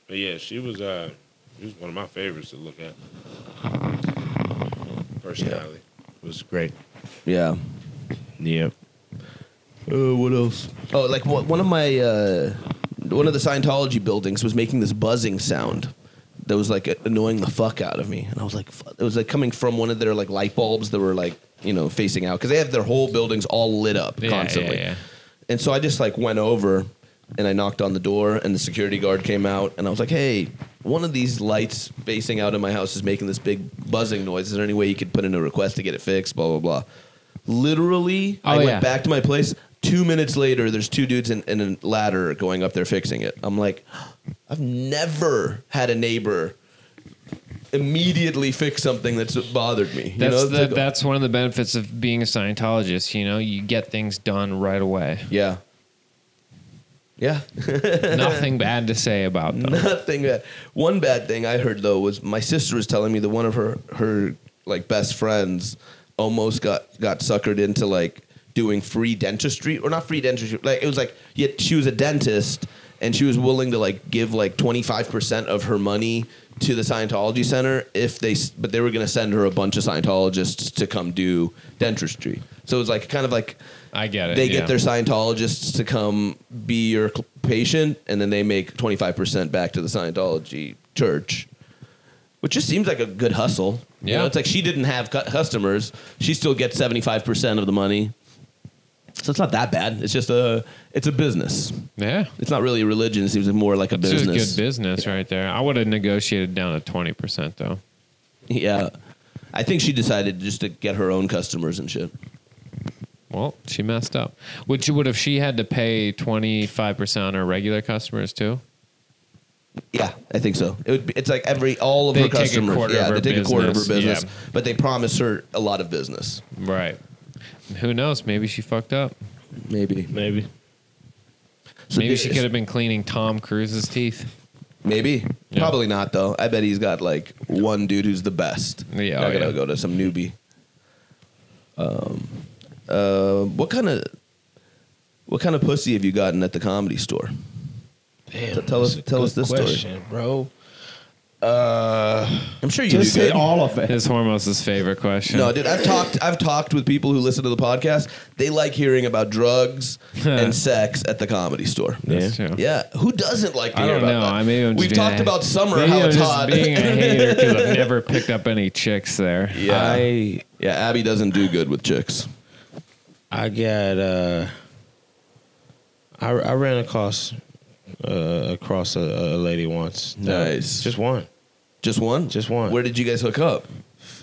But yeah, she was uh she was one of my favorites to look at. Personality. Was great. Yeah. Yep. Uh, what else? Oh, like wha- one of my uh, one of the Scientology buildings was making this buzzing sound that was like annoying the fuck out of me, and I was like, fu- it was like coming from one of their like light bulbs that were like you know facing out because they have their whole buildings all lit up Yeah, constantly. yeah, yeah. And so I just like went over and I knocked on the door and the security guard came out and I was like, "Hey, one of these lights facing out in my house is making this big buzzing noise. Is there any way you could put in a request to get it fixed, blah blah blah." Literally, I Oh, went yeah. back to my place. 2 minutes later, there's two dudes in, in a ladder going up there fixing it. I'm like, "I've never had a neighbor immediately fix something that's bothered me." You That's know, the, It's like- that's one of the benefits of being a Scientologist. You know, you get things done right away. yeah. Yeah. Nothing bad to say about them. Nothing bad. One bad thing I heard though was my sister was telling me that one of her her like best friends almost got got suckered into like doing free dentistry or not free dentistry. Like it was like yet she was a dentist and she was willing to like give like 25% of her money to the Scientology center if they s- but they were going to send her a bunch of Scientologists to come do dentistry. So it was like kind of like I get it. they Uh, yeah. get their Scientologists to come be your cl- patient, and then they make 25% back to the Scientology church, which just seems like a good hustle. You Yeah. know, it's like she didn't have cu- customers. She still gets 75% of the money. So it's not that bad. It's just a, it's a business. yeah. It's not really a religion. It seems more like a This is business. good business right there. I would have negotiated down to twenty percent though. Yeah. I think she decided just to get her own customers and shit. Well, she messed up. Which would have she had to pay twenty five percent on her regular customers too? Yeah, I think so. It would be, it's like every all of They her take a customers. quarter of yeah, her they take a quarter of her business, business, yeah. but they promise her a lot of business. Right. Who knows? Maybe she fucked up. Maybe. Maybe. So Maybe she it's- could have been cleaning Tom Cruise's teeth. Maybe. Yeah. Probably not though. I bet he's got like one dude who's the best. Yeah, Not oh, gonna yeah. go to some newbie. Um. Uh. What kind of What kind of pussy have you gotten at the comedy store? T- tell us- tell us this story. story, bro. Uh, I'm sure you Just do say good. all of it. His Hormoz's favorite question. No, dude, I've talked I've talked with people who listen to the podcast. They like hearing about drugs and sex at the comedy store. That's Yeah. true. Yeah, who doesn't like to I hear don't about know. that? I mean, I'm just we've being talked a- about summer maybe how I'm it's just hot. being a hater because I've never picked up any chicks there. yeah, I, yeah. Abby doesn't do good with chicks. I got uh I, I ran across uh, across a, a lady once. that- Nice. Just one Just one? Just one. Where did you guys hook up?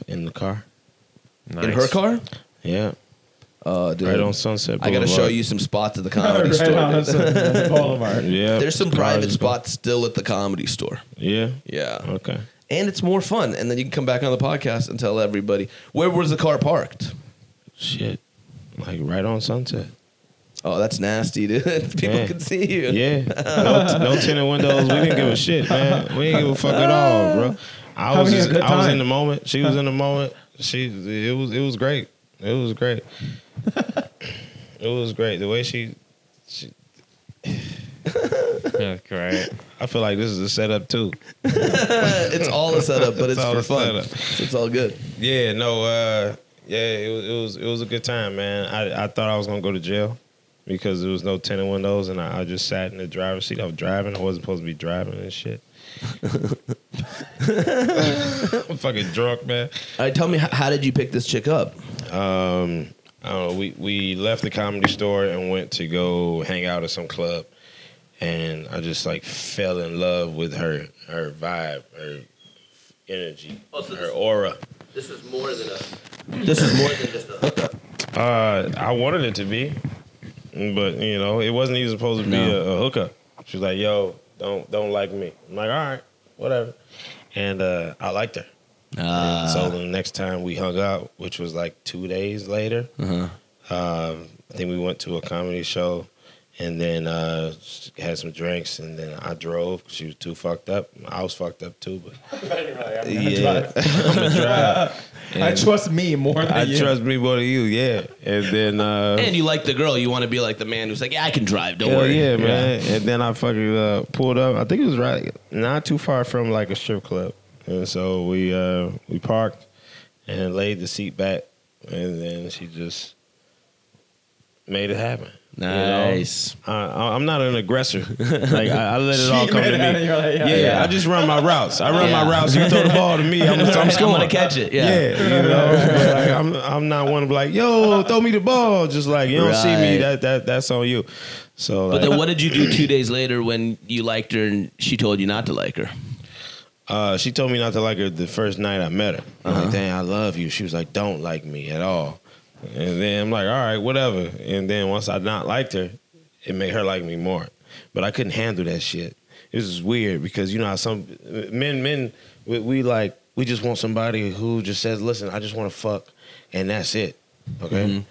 in the car. Nice. In her car? Yeah, Uh, dude. right on Sunset. I got to show Boulevard. you some spots at the Oh, comedy Right store. on Sunset Boulevard. Yeah, There's some Cars private is spots still at the comedy store. go- Yeah. Yeah. Okay. And it's more fun. And then you can come back on the podcast and tell everybody where was the car parked? Shit. Like right on Sunset. Oh, that's nasty, dude. People Yeah. can see you. Yeah. No, no tinted windows. We didn't give a shit, man. We didn't give a fuck at all, bro. I was Having a just, good I was time. in the moment. She was in the moment. She it was it was great. It was great. it was great. The way she, she Yeah, great. I feel like this is a setup too. it's all a setup, but it's, all for a fun. setup. It's all good. Yeah, no, uh yeah, it was it was it was a good time, man. I I thought I was gonna go to jail because there was no tenant windows and I, I just sat in the driver's seat. I was driving, I wasn't supposed to be driving and shit. I'm fucking drunk, man. All right, tell me, how, how did you pick this chick up? Um, I don't know. We we left the comedy store and went to go hang out at some club, and I just like fell in love with her, her vibe, her energy, Oh, so her this- aura. This is more than a. This is more than just a hookup. Uh, I wanted it to be, but you know, it wasn't even supposed to be a, No. a hookup. She was like, "Yo, don't don't like me." I'm like, "All right, whatever," and uh, I liked her. And so the next time we hung out, which was like two days later, um, I think we went to a comedy show and then uh, had some drinks. And then I drove. 'cause She was too fucked up. I was fucked up too, but yeah, I'm a drive. And I trust me more than I you. trust me more than you, yeah. And then uh, and you like the girl, you want to be like the man who's like, yeah, I can drive. Don't hell worry. yeah, man. And then I fucking uh, pulled up. I think it was right not too far from like a strip club. And so we uh, we parked and laid the seat back, and then she just made it happen. you know? Nice. I, I- I'm not an aggressor. Like I, I let it She all come made to me. it happen, you're like, yeah, yeah, yeah. I just run my routes. I run Yeah. my routes. You throw the ball to me. I'm, I'm I'm scoring. going to catch it. Yeah, Yeah. you know, but, like, I'm I'm not one to be like, yo, throw me the ball. Just like you don't see me, Right. that that that's on you. So But like, then what did you do two days later when you liked her and she told you not to like her? uh, she told me not to like her the first night I met her. I'm like, dang, I love you. She was like, don't like me at all. And then I'm like, all right, whatever. And then once I not liked her, it made her like me more. But I couldn't handle that shit. It was weird because you know how some men men we, we like we just want somebody who just says, listen, I just want to fuck, and that's it. Okay.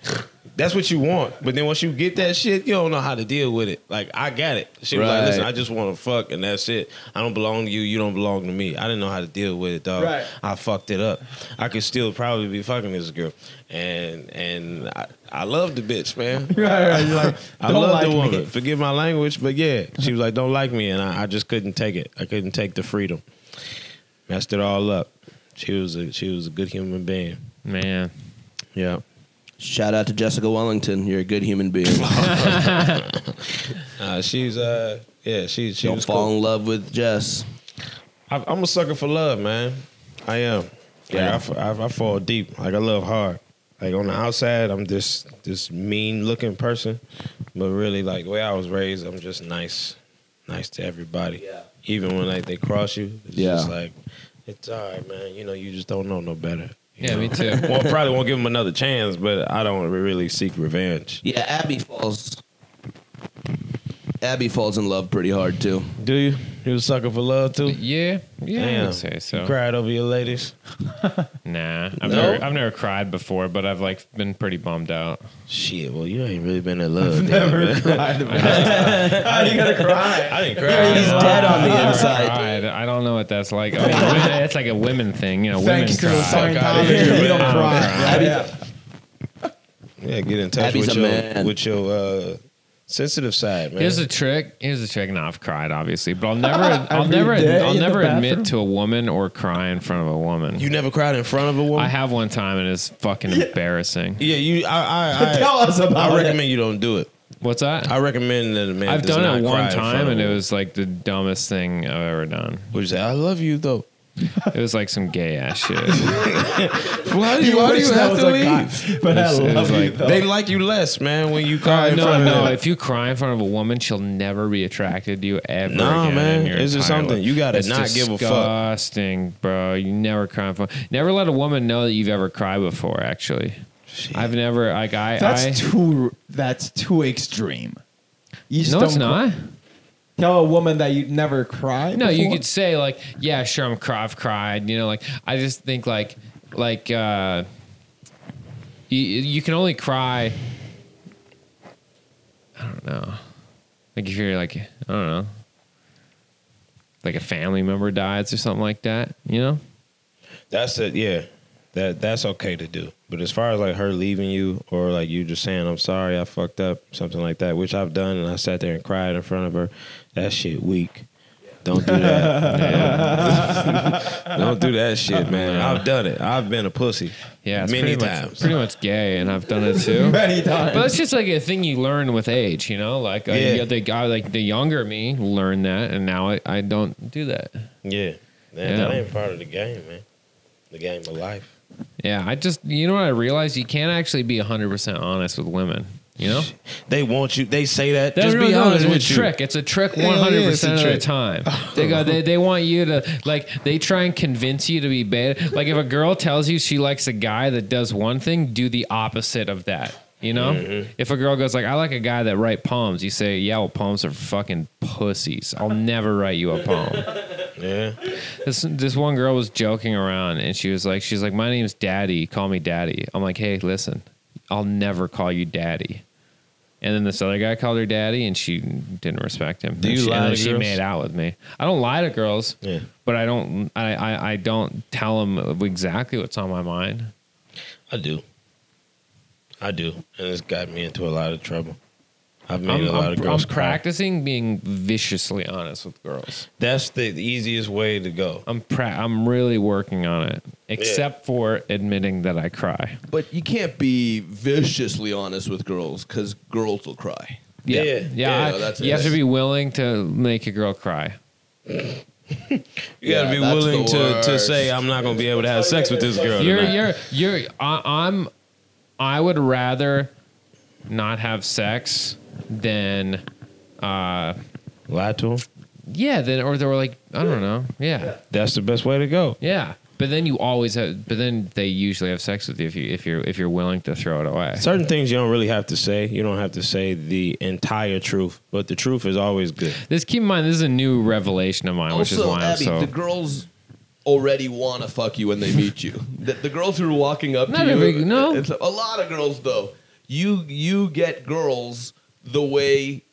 That's what you want. But then once you get that shit, you don't know how to deal with it. Like, I got it. She was like, Right. listen, I just want to fuck and that's it. I don't belong to you. You don't belong to me. I didn't know how to deal with it, dog. Right. I fucked it up. I could still probably be fucking this girl. And and I, I love the bitch, man. Right, right. You're like, I don't love like the me. woman. Forgive my language, but yeah. She was like, don't like me. And I, I just couldn't take it. I couldn't take the freedom. Messed it all up. She was a she was a good human being. Man. Yeah. Shout out to Jessica Wellington. You're a good human being. Uh, she's uh yeah, she she Don't was fall cool. in love with Jess. I- I'm a sucker for love, man. I am. Yeah, Yeah. I, f- I- I fall deep. Like I love hard. Like on the outside, I'm this this mean looking person, but really, like the way I was raised, I'm just nice, nice to everybody. Yeah. Even when like they cross you, it's Yeah. just like it's all right, man. You know, you just don't know no better. you Yeah, know? me too. well, probably won't give them another chance, but I don't really seek revenge. Yeah, Abby falls. Abby falls in love pretty hard too. Do you? You a sucker for love too? Yeah. Yeah. I Damn. would say so. You cried over your ladies. Nah. I've, No? never, I've never cried before, but I've like been pretty bummed out. Shit, well, you ain't really been in love. then, Never man. cried about it. How you gonna cry? I didn't cry. He's dead on the inside. Cried. I don't know what that's like. I mean, women- it's like a women thing, you know. Thanks to women cry. Scientology, we Oh, don't cry. Yeah, yeah. Yeah, get in touch Abby's with a your man. with your uh, sensitive side, man. Here's a trick. Here's a trick. Now I've cried, obviously, but I'll never, I'll Every never, day I'll in the never admit bathroom? to a woman or cry in front of a woman. you never cried in front of a woman. I have one time, and it's fucking embarrassing. yeah, you. I. I, Tell us I, about I it. recommend you don't do it. What's that? I recommend that a man. I've does done not it cry one in front time, of and a it woman. was like the dumbest thing I've ever done. Which is, I love you though. It was like some gay ass shit. Why do You you, why do wish you that have was to a guy, leave? but I It's- it's love you like- though. They like you less, man, when you cry Uh, in no, front of no. them. If you cry in front of a woman, she'll never be attracted to you ever. Nah, again man. in your It's just entire something. life. You gotta It's not give a fuck. Disgusting, bro. You never cry in front. Never let a woman know that you've ever cried before. Actually, I've never. Like I. that's I, too. That's too extreme. You just no, don't it's not. Tell a woman that you never cry. No, you before? could say like, yeah, sure, I'm cry, I've cried. You know, like I just think like, like uh, you you can only cry. I don't know. Like if you're like I don't know, like a family member dies or something like that. You know, That's it. Yeah, that that's okay to do. But as far as like her leaving you or like you just saying I'm sorry, I fucked up, something like that, which I've done, and I sat there and cried in front of her. That shit weak. Don't do that. Don't do that shit, man. I've done it. I've been a pussy. yeah, it's many pretty times. Much, pretty much gay, and I've done it too. many times. But it's just like a thing you learn with age, you know. Like I, Yeah. yeah, the guy, like the younger me, learned that, and now I, I don't do that. yeah, man, Yeah. that ain't part of the game, man. The game of life. Yeah, I just you know what I realized you can't actually be hundred percent honest with women. You know, They want you. They say that. They Just don't be know, honest it's with a you. trick. It's a trick Hell yeah, one hundred percent it's of a the trick. time. They go. They, they want you to like. They try and convince you to be bad. Like if a girl tells you she likes a guy that does one thing, do the opposite of that. You know, Mm-hmm. if a girl goes like, "I like a guy that write poems," you say, "Yeah, well, poems are fucking pussies. I'll never write you a poem." Yeah. this this one girl was joking around and she was like she's like my name's daddy call me daddy i'm like hey listen i'll never call you daddy and then this other guy called her daddy and she didn't respect him Do and you she, lie and to then she girls? made out with me i don't lie to girls Yeah. but i don't I, I i don't tell them exactly what's on my mind I do. I do, and it's got me into a lot of trouble. I've made i'm, a lot I'm- of girls I'm cry. practicing being viciously honest with girls That's the, the easiest way to go. i'm pra- i'm really working on it except for admitting that i cry But you can't be viciously honest with girls because girls will cry. Yeah, Yeah, yeah. yeah, I- no, that's you it. have to be willing to make a girl cry. You gotta Yeah, be that's willing the to, to worst. say I'm not gonna be able to have sex with this girl. You're, tonight." you're, you're. I, I'm. I would rather not have sex than, uh, Lie to him. yeah, then or they were like, I don't know, yeah, That's the best way to go. yeah. But then you always have. But then they usually have sex with you if you if you're if you're willing to throw it away. Certain things you don't really have to say. You don't have to say the entire truth, but the truth is always good. This keep in mind. This is a new revelation of mine, which is also, why I'm Abby, so. the girls already want to fuck you when they meet you. the, the girls who are walking up Not to every- you, no. it's a, a lot of girls though. You you get girls the way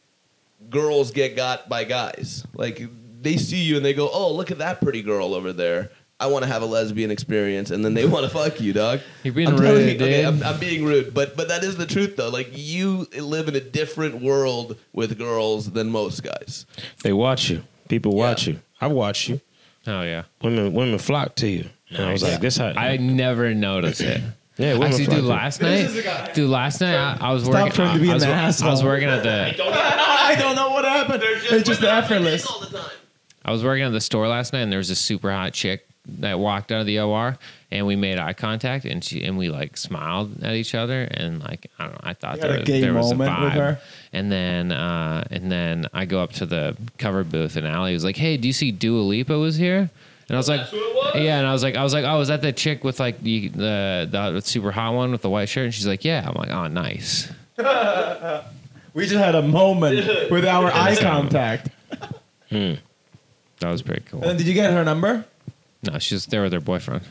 girls get got by guys. Like they see you and they go, "Oh, look at that pretty girl over there." I want to have a lesbian experience, and then they want to fuck you, dog. You're being I'm telling rude, you- okay, dude. I'm, I'm being rude, but but that is the truth, though. Like you live in a different world with girls than most guys. They watch you. People watch Yeah. you. I watch you. oh yeah. Women women flock to you. And I was like, this how I never noticed it. Yeah, women Actually, flock dude, to you. last night, dude, last night I, I was working. trying to be I, was, an wor- I was asshole. working at the, I don't know what happened. It's just effortless. All the time. I was working at the store last night, and there was this super hot chick that walked out of the OR, and we made eye contact, and she and we like smiled at each other, and like I don't know, I thought You had there, a gay there was a moment vibe. with her? And then, uh, and then I go up to the cover booth, and Allie was like, "Hey, do you see Dua Lipa was here?" And I was like, "Yeah," and I was like, "I was like, oh, is that the chick with like the the, the super hot one with the white shirt?" And she's like, "Yeah." I'm like, "Oh, nice." We just had a moment with our eye contact. That was pretty And cool. then did you get her number? No, she's there with her boyfriend.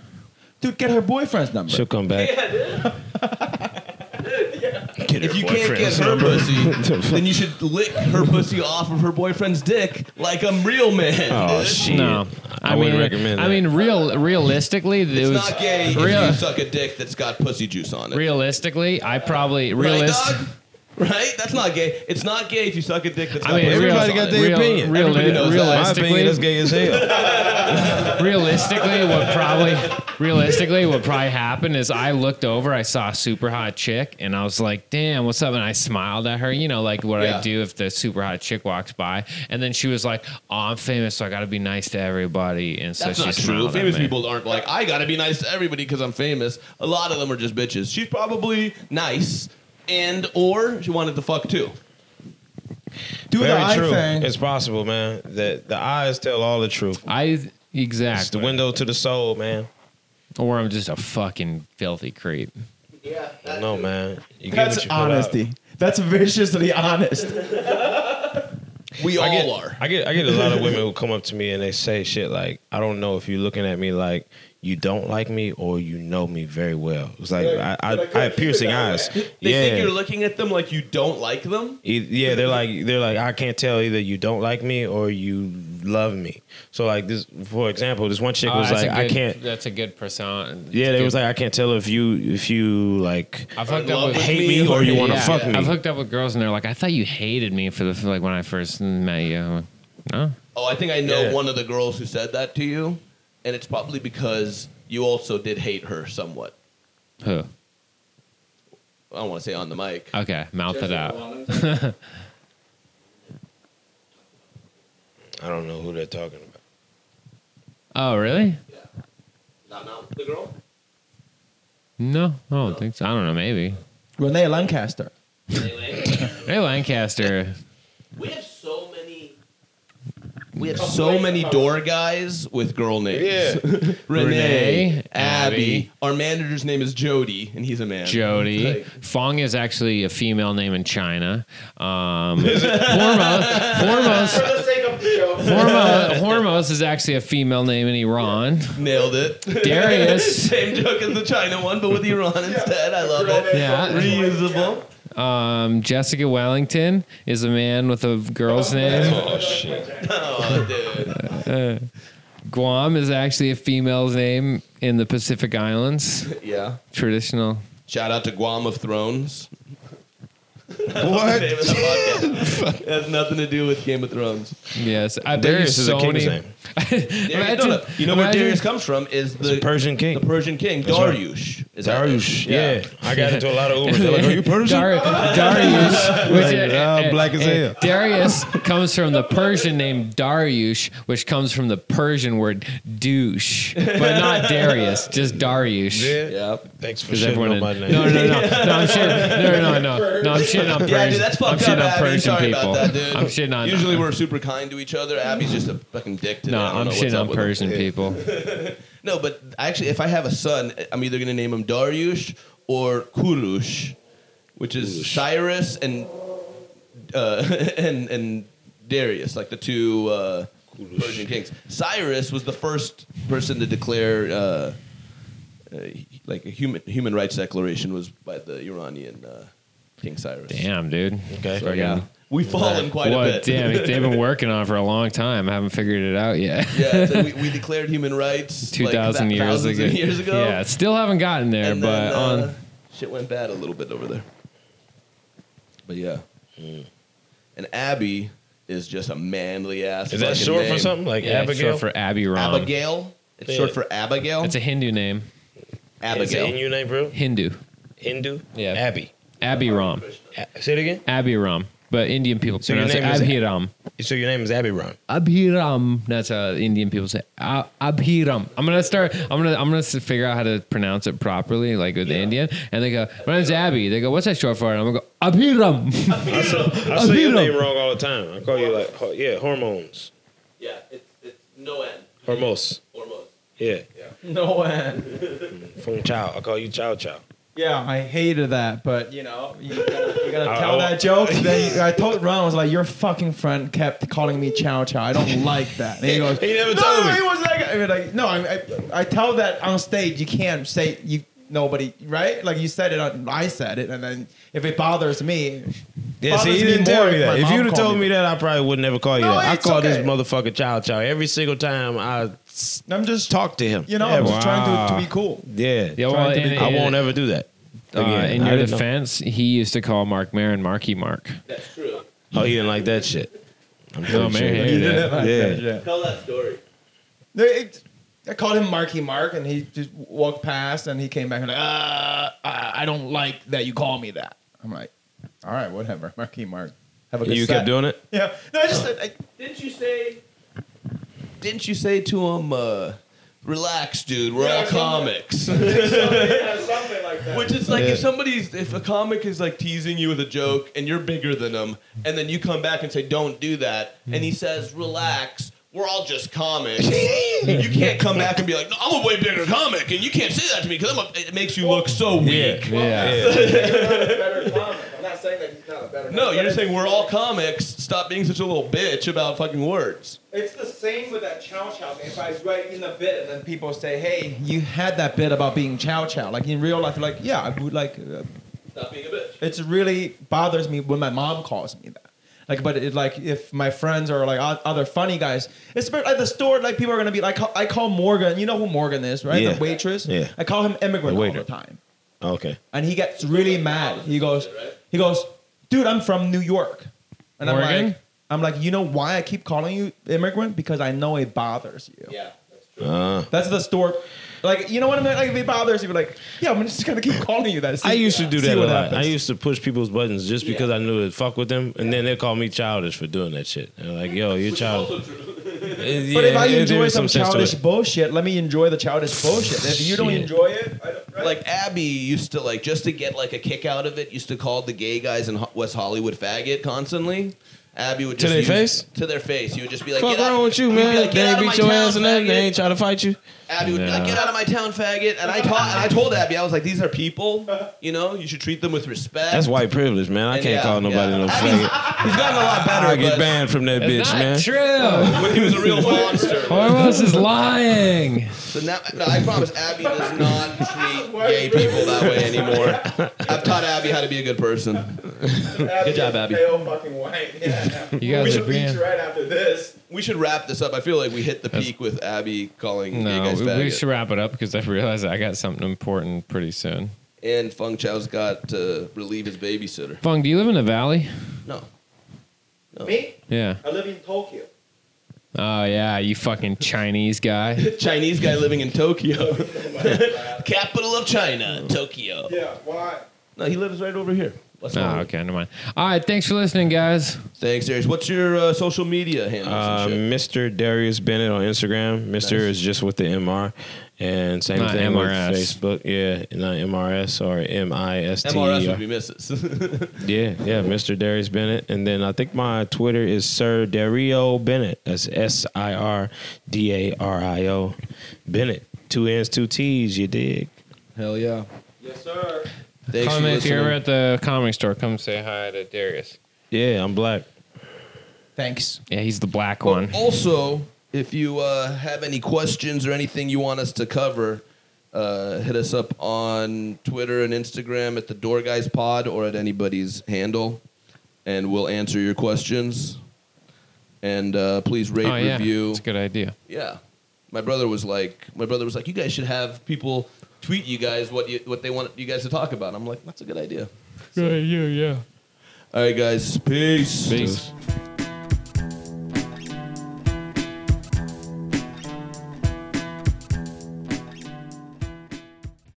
Dude, get her boyfriend's number. she'll come back. Get her If you can't get boyfriend's her number. pussy, Oh, then you should lick her pussy off of her boyfriend's dick like a real man. Oh dude. shit. No, I I, mean, wouldn't recommend I that. mean, real realistically, it It's was not gay if real- you suck a dick that's got pussy juice on it. realistically, I probably Right, realist. dog? right? That's not gay. It's not gay if you suck a dick. That's I not mean, put a Everybody penis got on their it. real- opinion. real- Everybody knows that. My realistically- opinion is gay as hell. realistically, what probably realistically what probably happened is I looked over, I saw a super hot chick, and I was like, "Damn, what's up?" And I smiled at her, you know, like what Yeah. I do if the super hot chick walks by. And then she was like, "Oh, I'm famous, so I got to be nice to everybody." And so That's she not smiled true. at Famous me. people aren't like I gotta be nice to everybody because I'm famous. A lot of them are just bitches. She's probably nice, and or she wanted to fuck too. Do the Very eye true. thing. It's possible, man. That the eyes tell all the truth. I It's the exactly, window to the soul, man. or I'm just a fucking filthy creep. Yeah. No, man. You get what That's you put out. honesty. That's viciously honest. We I all get, are. I get I get a lot of women who come up to me and they say shit like, I don't know if you're looking at me like you don't like me or you know me very well. It's like I I, I, have piercing eyes. They yeah. think you're looking at them like you don't like them. E- yeah, they're like they're like I can't tell either you don't like me or you love me. So like this for example, this one chick Oh, was that's like a I good- can't That's a good persona. Yeah, they Good- was like I can't tell if you if you like I've hooked Or up love with with hate me me or you want to Yeah. fuck me. I've hooked up with girls and they're like, I thought you hated me for the for, like when I first met you. I'm like, no, Oh, I think I know Yeah. one of the girls who said that to you, and it's probably because you also did hate her somewhat. who? I don't want to say on the mic. Okay, mouth it out. I don't know who they're talking about. Oh, really? Not now, the girl. No, I don't think so. I don't know. Maybe. Renee Lancaster. Hey, Lancaster. We have so many. We have so many door guys with girl names. Yeah. Renee, Renee, Abby. Abby. Our manager's name is Jody, and he's a man. Jody. Like, Fong is actually a female name in China. Um, Hormos, Hormos, the sake of the show. Hormos, Hormos is actually a female name in Iran. nailed it. Darius. Same joke as the China one, but with Iran instead. I love it. Yeah. Reusable. Um, Jessica Wellington is a man with a girl's name. Oh shit. Oh, dude. Guam is actually a female's name in the Pacific Islands. Yeah. Traditional. Shout out to Guam of Thrones. What? Name of the podcast. it has nothing to do with Game of Thrones. Yes. I bet you Darius is a so king's many- name. Darius, no, no. You know where imagine- Darius comes from is the, The Persian the king. Persian king, right. Dariush. Is that it? Darius, yeah. I got into a lot of Ubers. They're like, are you Persian? Dar- Darius, which eh, Like, uh, black as hell. Darius comes from the Persian name Dariush, which comes from the Persian word douche, but not Darius, just Dariush. Yep. Thanks for Because shitting everyone on in, my no, name. no, no, no, I'm shitting, no, no, no, no, I'm shitting on Persian. Yeah, dude, that's I'm fucked up. shitting on Abby. Persian Sorry people. about that, dude. I'm shitting on. Usually we're super kind to each other. Abby's just a fucking dick today. no, I don't I'm know what's shitting up on with her. Persian people. No, but actually, if I have a son, I'm either gonna name him Dariush or Kurush, which is Cyrus and uh, and and Darius, like the two uh, Persian kings. Cyrus was the first person to declare. Uh, uh, like a human human rights declaration was by the Iranian uh, King Cyrus. Damn, dude. Okay. So, yeah, we've fallen quite Well, a bit. damn, they've been working on it for a long time. I haven't figured it out yet. Yeah, so we, we declared human rights Two like, thousand thou- years thousands ago. of years ago. Yeah, still haven't gotten there, and but then, on. uh, shit went bad a little bit over there. But yeah, Mm. and Abby is just a manly ass. Is that fucking short name. for something? Like Yeah, it's Abigail? short for Abby Ron. Abigail. It's short Yeah. for Abigail. It's a Hindu name. Is it in Abigail. your name, bro? Hindu. Hindu? Yeah. Abby. Abby Ram. A- say it again? Abby Ram. But Indian people So your pronounce it name is- Abhiram. So your name is Abby Ron. Abhiram. That's how Indian people say uh, Abhiram. I'm gonna start. I'm gonna. I'm gonna s- figure out how to pronounce it properly, like with Indian. And they go, "My name's Abby." They go, "What's that short for?" And I'm gonna go, Abhiram. I say your Abhiram. name wrong all the time. I call you like, ho- yeah, hormones. Yeah, it's, it's no end. Hormos. Hormones. Yeah. No way. From Chow. I call you Chow Chow. Yeah, I hated that, but you know, you gotta, you gotta I- tell I- that joke. Then you- I told Ron, I was like, your fucking friend kept calling me Chow Chow. I don't like that. And he goes, He never no, told no, me." He was like, I mean, like no, I, I, I tell that on stage. You can't say you nobody, right? Like you said it, on, I said it, and then if it bothers me, Yeah, Bothers see, he me didn't more tell if me my that. If mom you'd have called told me me that, I probably would never call you No, that. I it's call this okay. motherfucker Chow Chow every single time I s- I'm just talk to him. You know, I'm just trying to, to be cool. Yeah. Yeah, well, Trying to be and- cool. I and- won't ever do that. Uh, Again, in I your didn't know. defense, he used to call Mark Maron Marky Mark. That's true. Oh, he didn't like that shit. I'm No, man, sure. he hated it. Yeah. Tell that story. No, it- I called him Marky Mark, and he just walked past, and he came back and like, uh, I, I don't like that you call me that. I'm like, all right, whatever, Marky Mark. Have a good You set." kept doing it. Yeah. No, I just I, Didn't you say? Didn't you say to him, uh, "Relax, dude. We're all comics." something like that. Which is like if somebody's if a comic is like teasing you with a joke and you're bigger than him, and then you come back and say, "Don't do that," and he says, "Relax." We're all just comics. you can't come back and be like, "No, I'm a way bigger comic," and you can't say that to me because I'm. A, it makes you look so weak. Yeah. better comic. I'm not saying that he's not a better. No, you're just saying we're all comics. Stop being such a little bitch about fucking words. It's the same with that chow chow thing. If I write in a bit and then people say, "Hey, you had that bit about being chow chow," like in real life, you're like, "Yeah, I would like." Uh, Stop being a bitch. it's really bothers me when my mom calls me that. Like, but it, like if my friends or like o- other funny guys, it's about, at the store. Like people are gonna be like, I call Morgan. You know who Morgan is, right? Yeah. The waitress. Yeah. I call him immigrant The all waiter. the time, Okay. and he gets really mad. He goes, he goes, dude, I'm from New York, and I'm Morgan? like, I'm like, you know why I keep calling you immigrant because I know it bothers you. Yeah. Uh, That's the store. Like, you know what I mean? Like, if it bothers you, like, yeah, I'm just gonna keep calling you that. See- I used to do see that a what lot. happens. I used to push people's buttons just because I knew it'd fuck with them, and then they call me childish for doing that shit. They're like, "Yo, you're childish." But if I enjoy some childish bullshit, let me enjoy the childish bullshit. If you don't Shit. enjoy it, I don't, right? Like Abby used to like just to get like a kick out of it. Used to call the gay guys in Ho- West Hollywood faggot constantly. Abby would To just their use- face? to their face. You would just be like, Fuck "Get out- wrong with you, you'd be man? like, they "Get ain't out of beat my your town, ass and that. They faggot." ain't trying to fight you. Abby would be like, Nah. "Get out of my town, faggot." And I taught and I told Abby, I was like, "These are people. You know, you should treat them with respect." That's white privilege, man. I And can't yeah, call nobody yeah. no I mean, faggot. He's gotten a lot better. I get but banned from that bitch, Not man. true. When he was a real monster. Hormos is lying. So now, no, I promise Abby does not treat gay people that way anymore. I've taught Abby how to be a good person. Good job, Abby. fucking white. Yeah. You guys are being. right after this. We should wrap this up. I feel like we hit the peak with Abby calling you No, guys we, faggot. we should wrap it up because I realized I got something important pretty soon. And Feng Chow's got to relieve his babysitter. Fung, do you live in the valley? No. no. Me? Yeah. I live in Tokyo. Oh yeah, you fucking Chinese guy. Chinese guy living in Tokyo. Capital of China, Tokyo. Yeah, why? No, he lives right over here. What's Oh, okay, never mind. All right, thanks for listening, guys. Thanks, Darius. What's your uh, social media handles Uh, and shit? Um, Mr. Darius Bennett on Instagram. Mr. is just with the MR, and same Not thing MRS. with Facebook. Yeah, not MRS or M I S T MRS E would R. be Mrs. Yeah, yeah, Mr. Darius Bennett. And then I think my Twitter is Sir Dario Bennett. That's S I R D A R I O Bennett. Two N's, two T's, you dig? Hell yeah. Yes, sir. Thanks come for if you're ever listening. at the comic store, come say hi to Darius. Yeah, I'm black. Thanks. Yeah, he's the black one. Also, if you uh, have any questions or anything you want us to cover, uh, hit us up on Twitter and Instagram at the Door Guys Pod or at anybody's handle, and we'll answer your questions. And uh, please rate, Oh yeah, review. it's a good idea. Yeah, my brother was like, my brother was like, you guys should have people tweet you guys what you what they want you guys to talk about. I'm like, that's a good idea. Good idea, yeah. All right, guys, peace. Peace.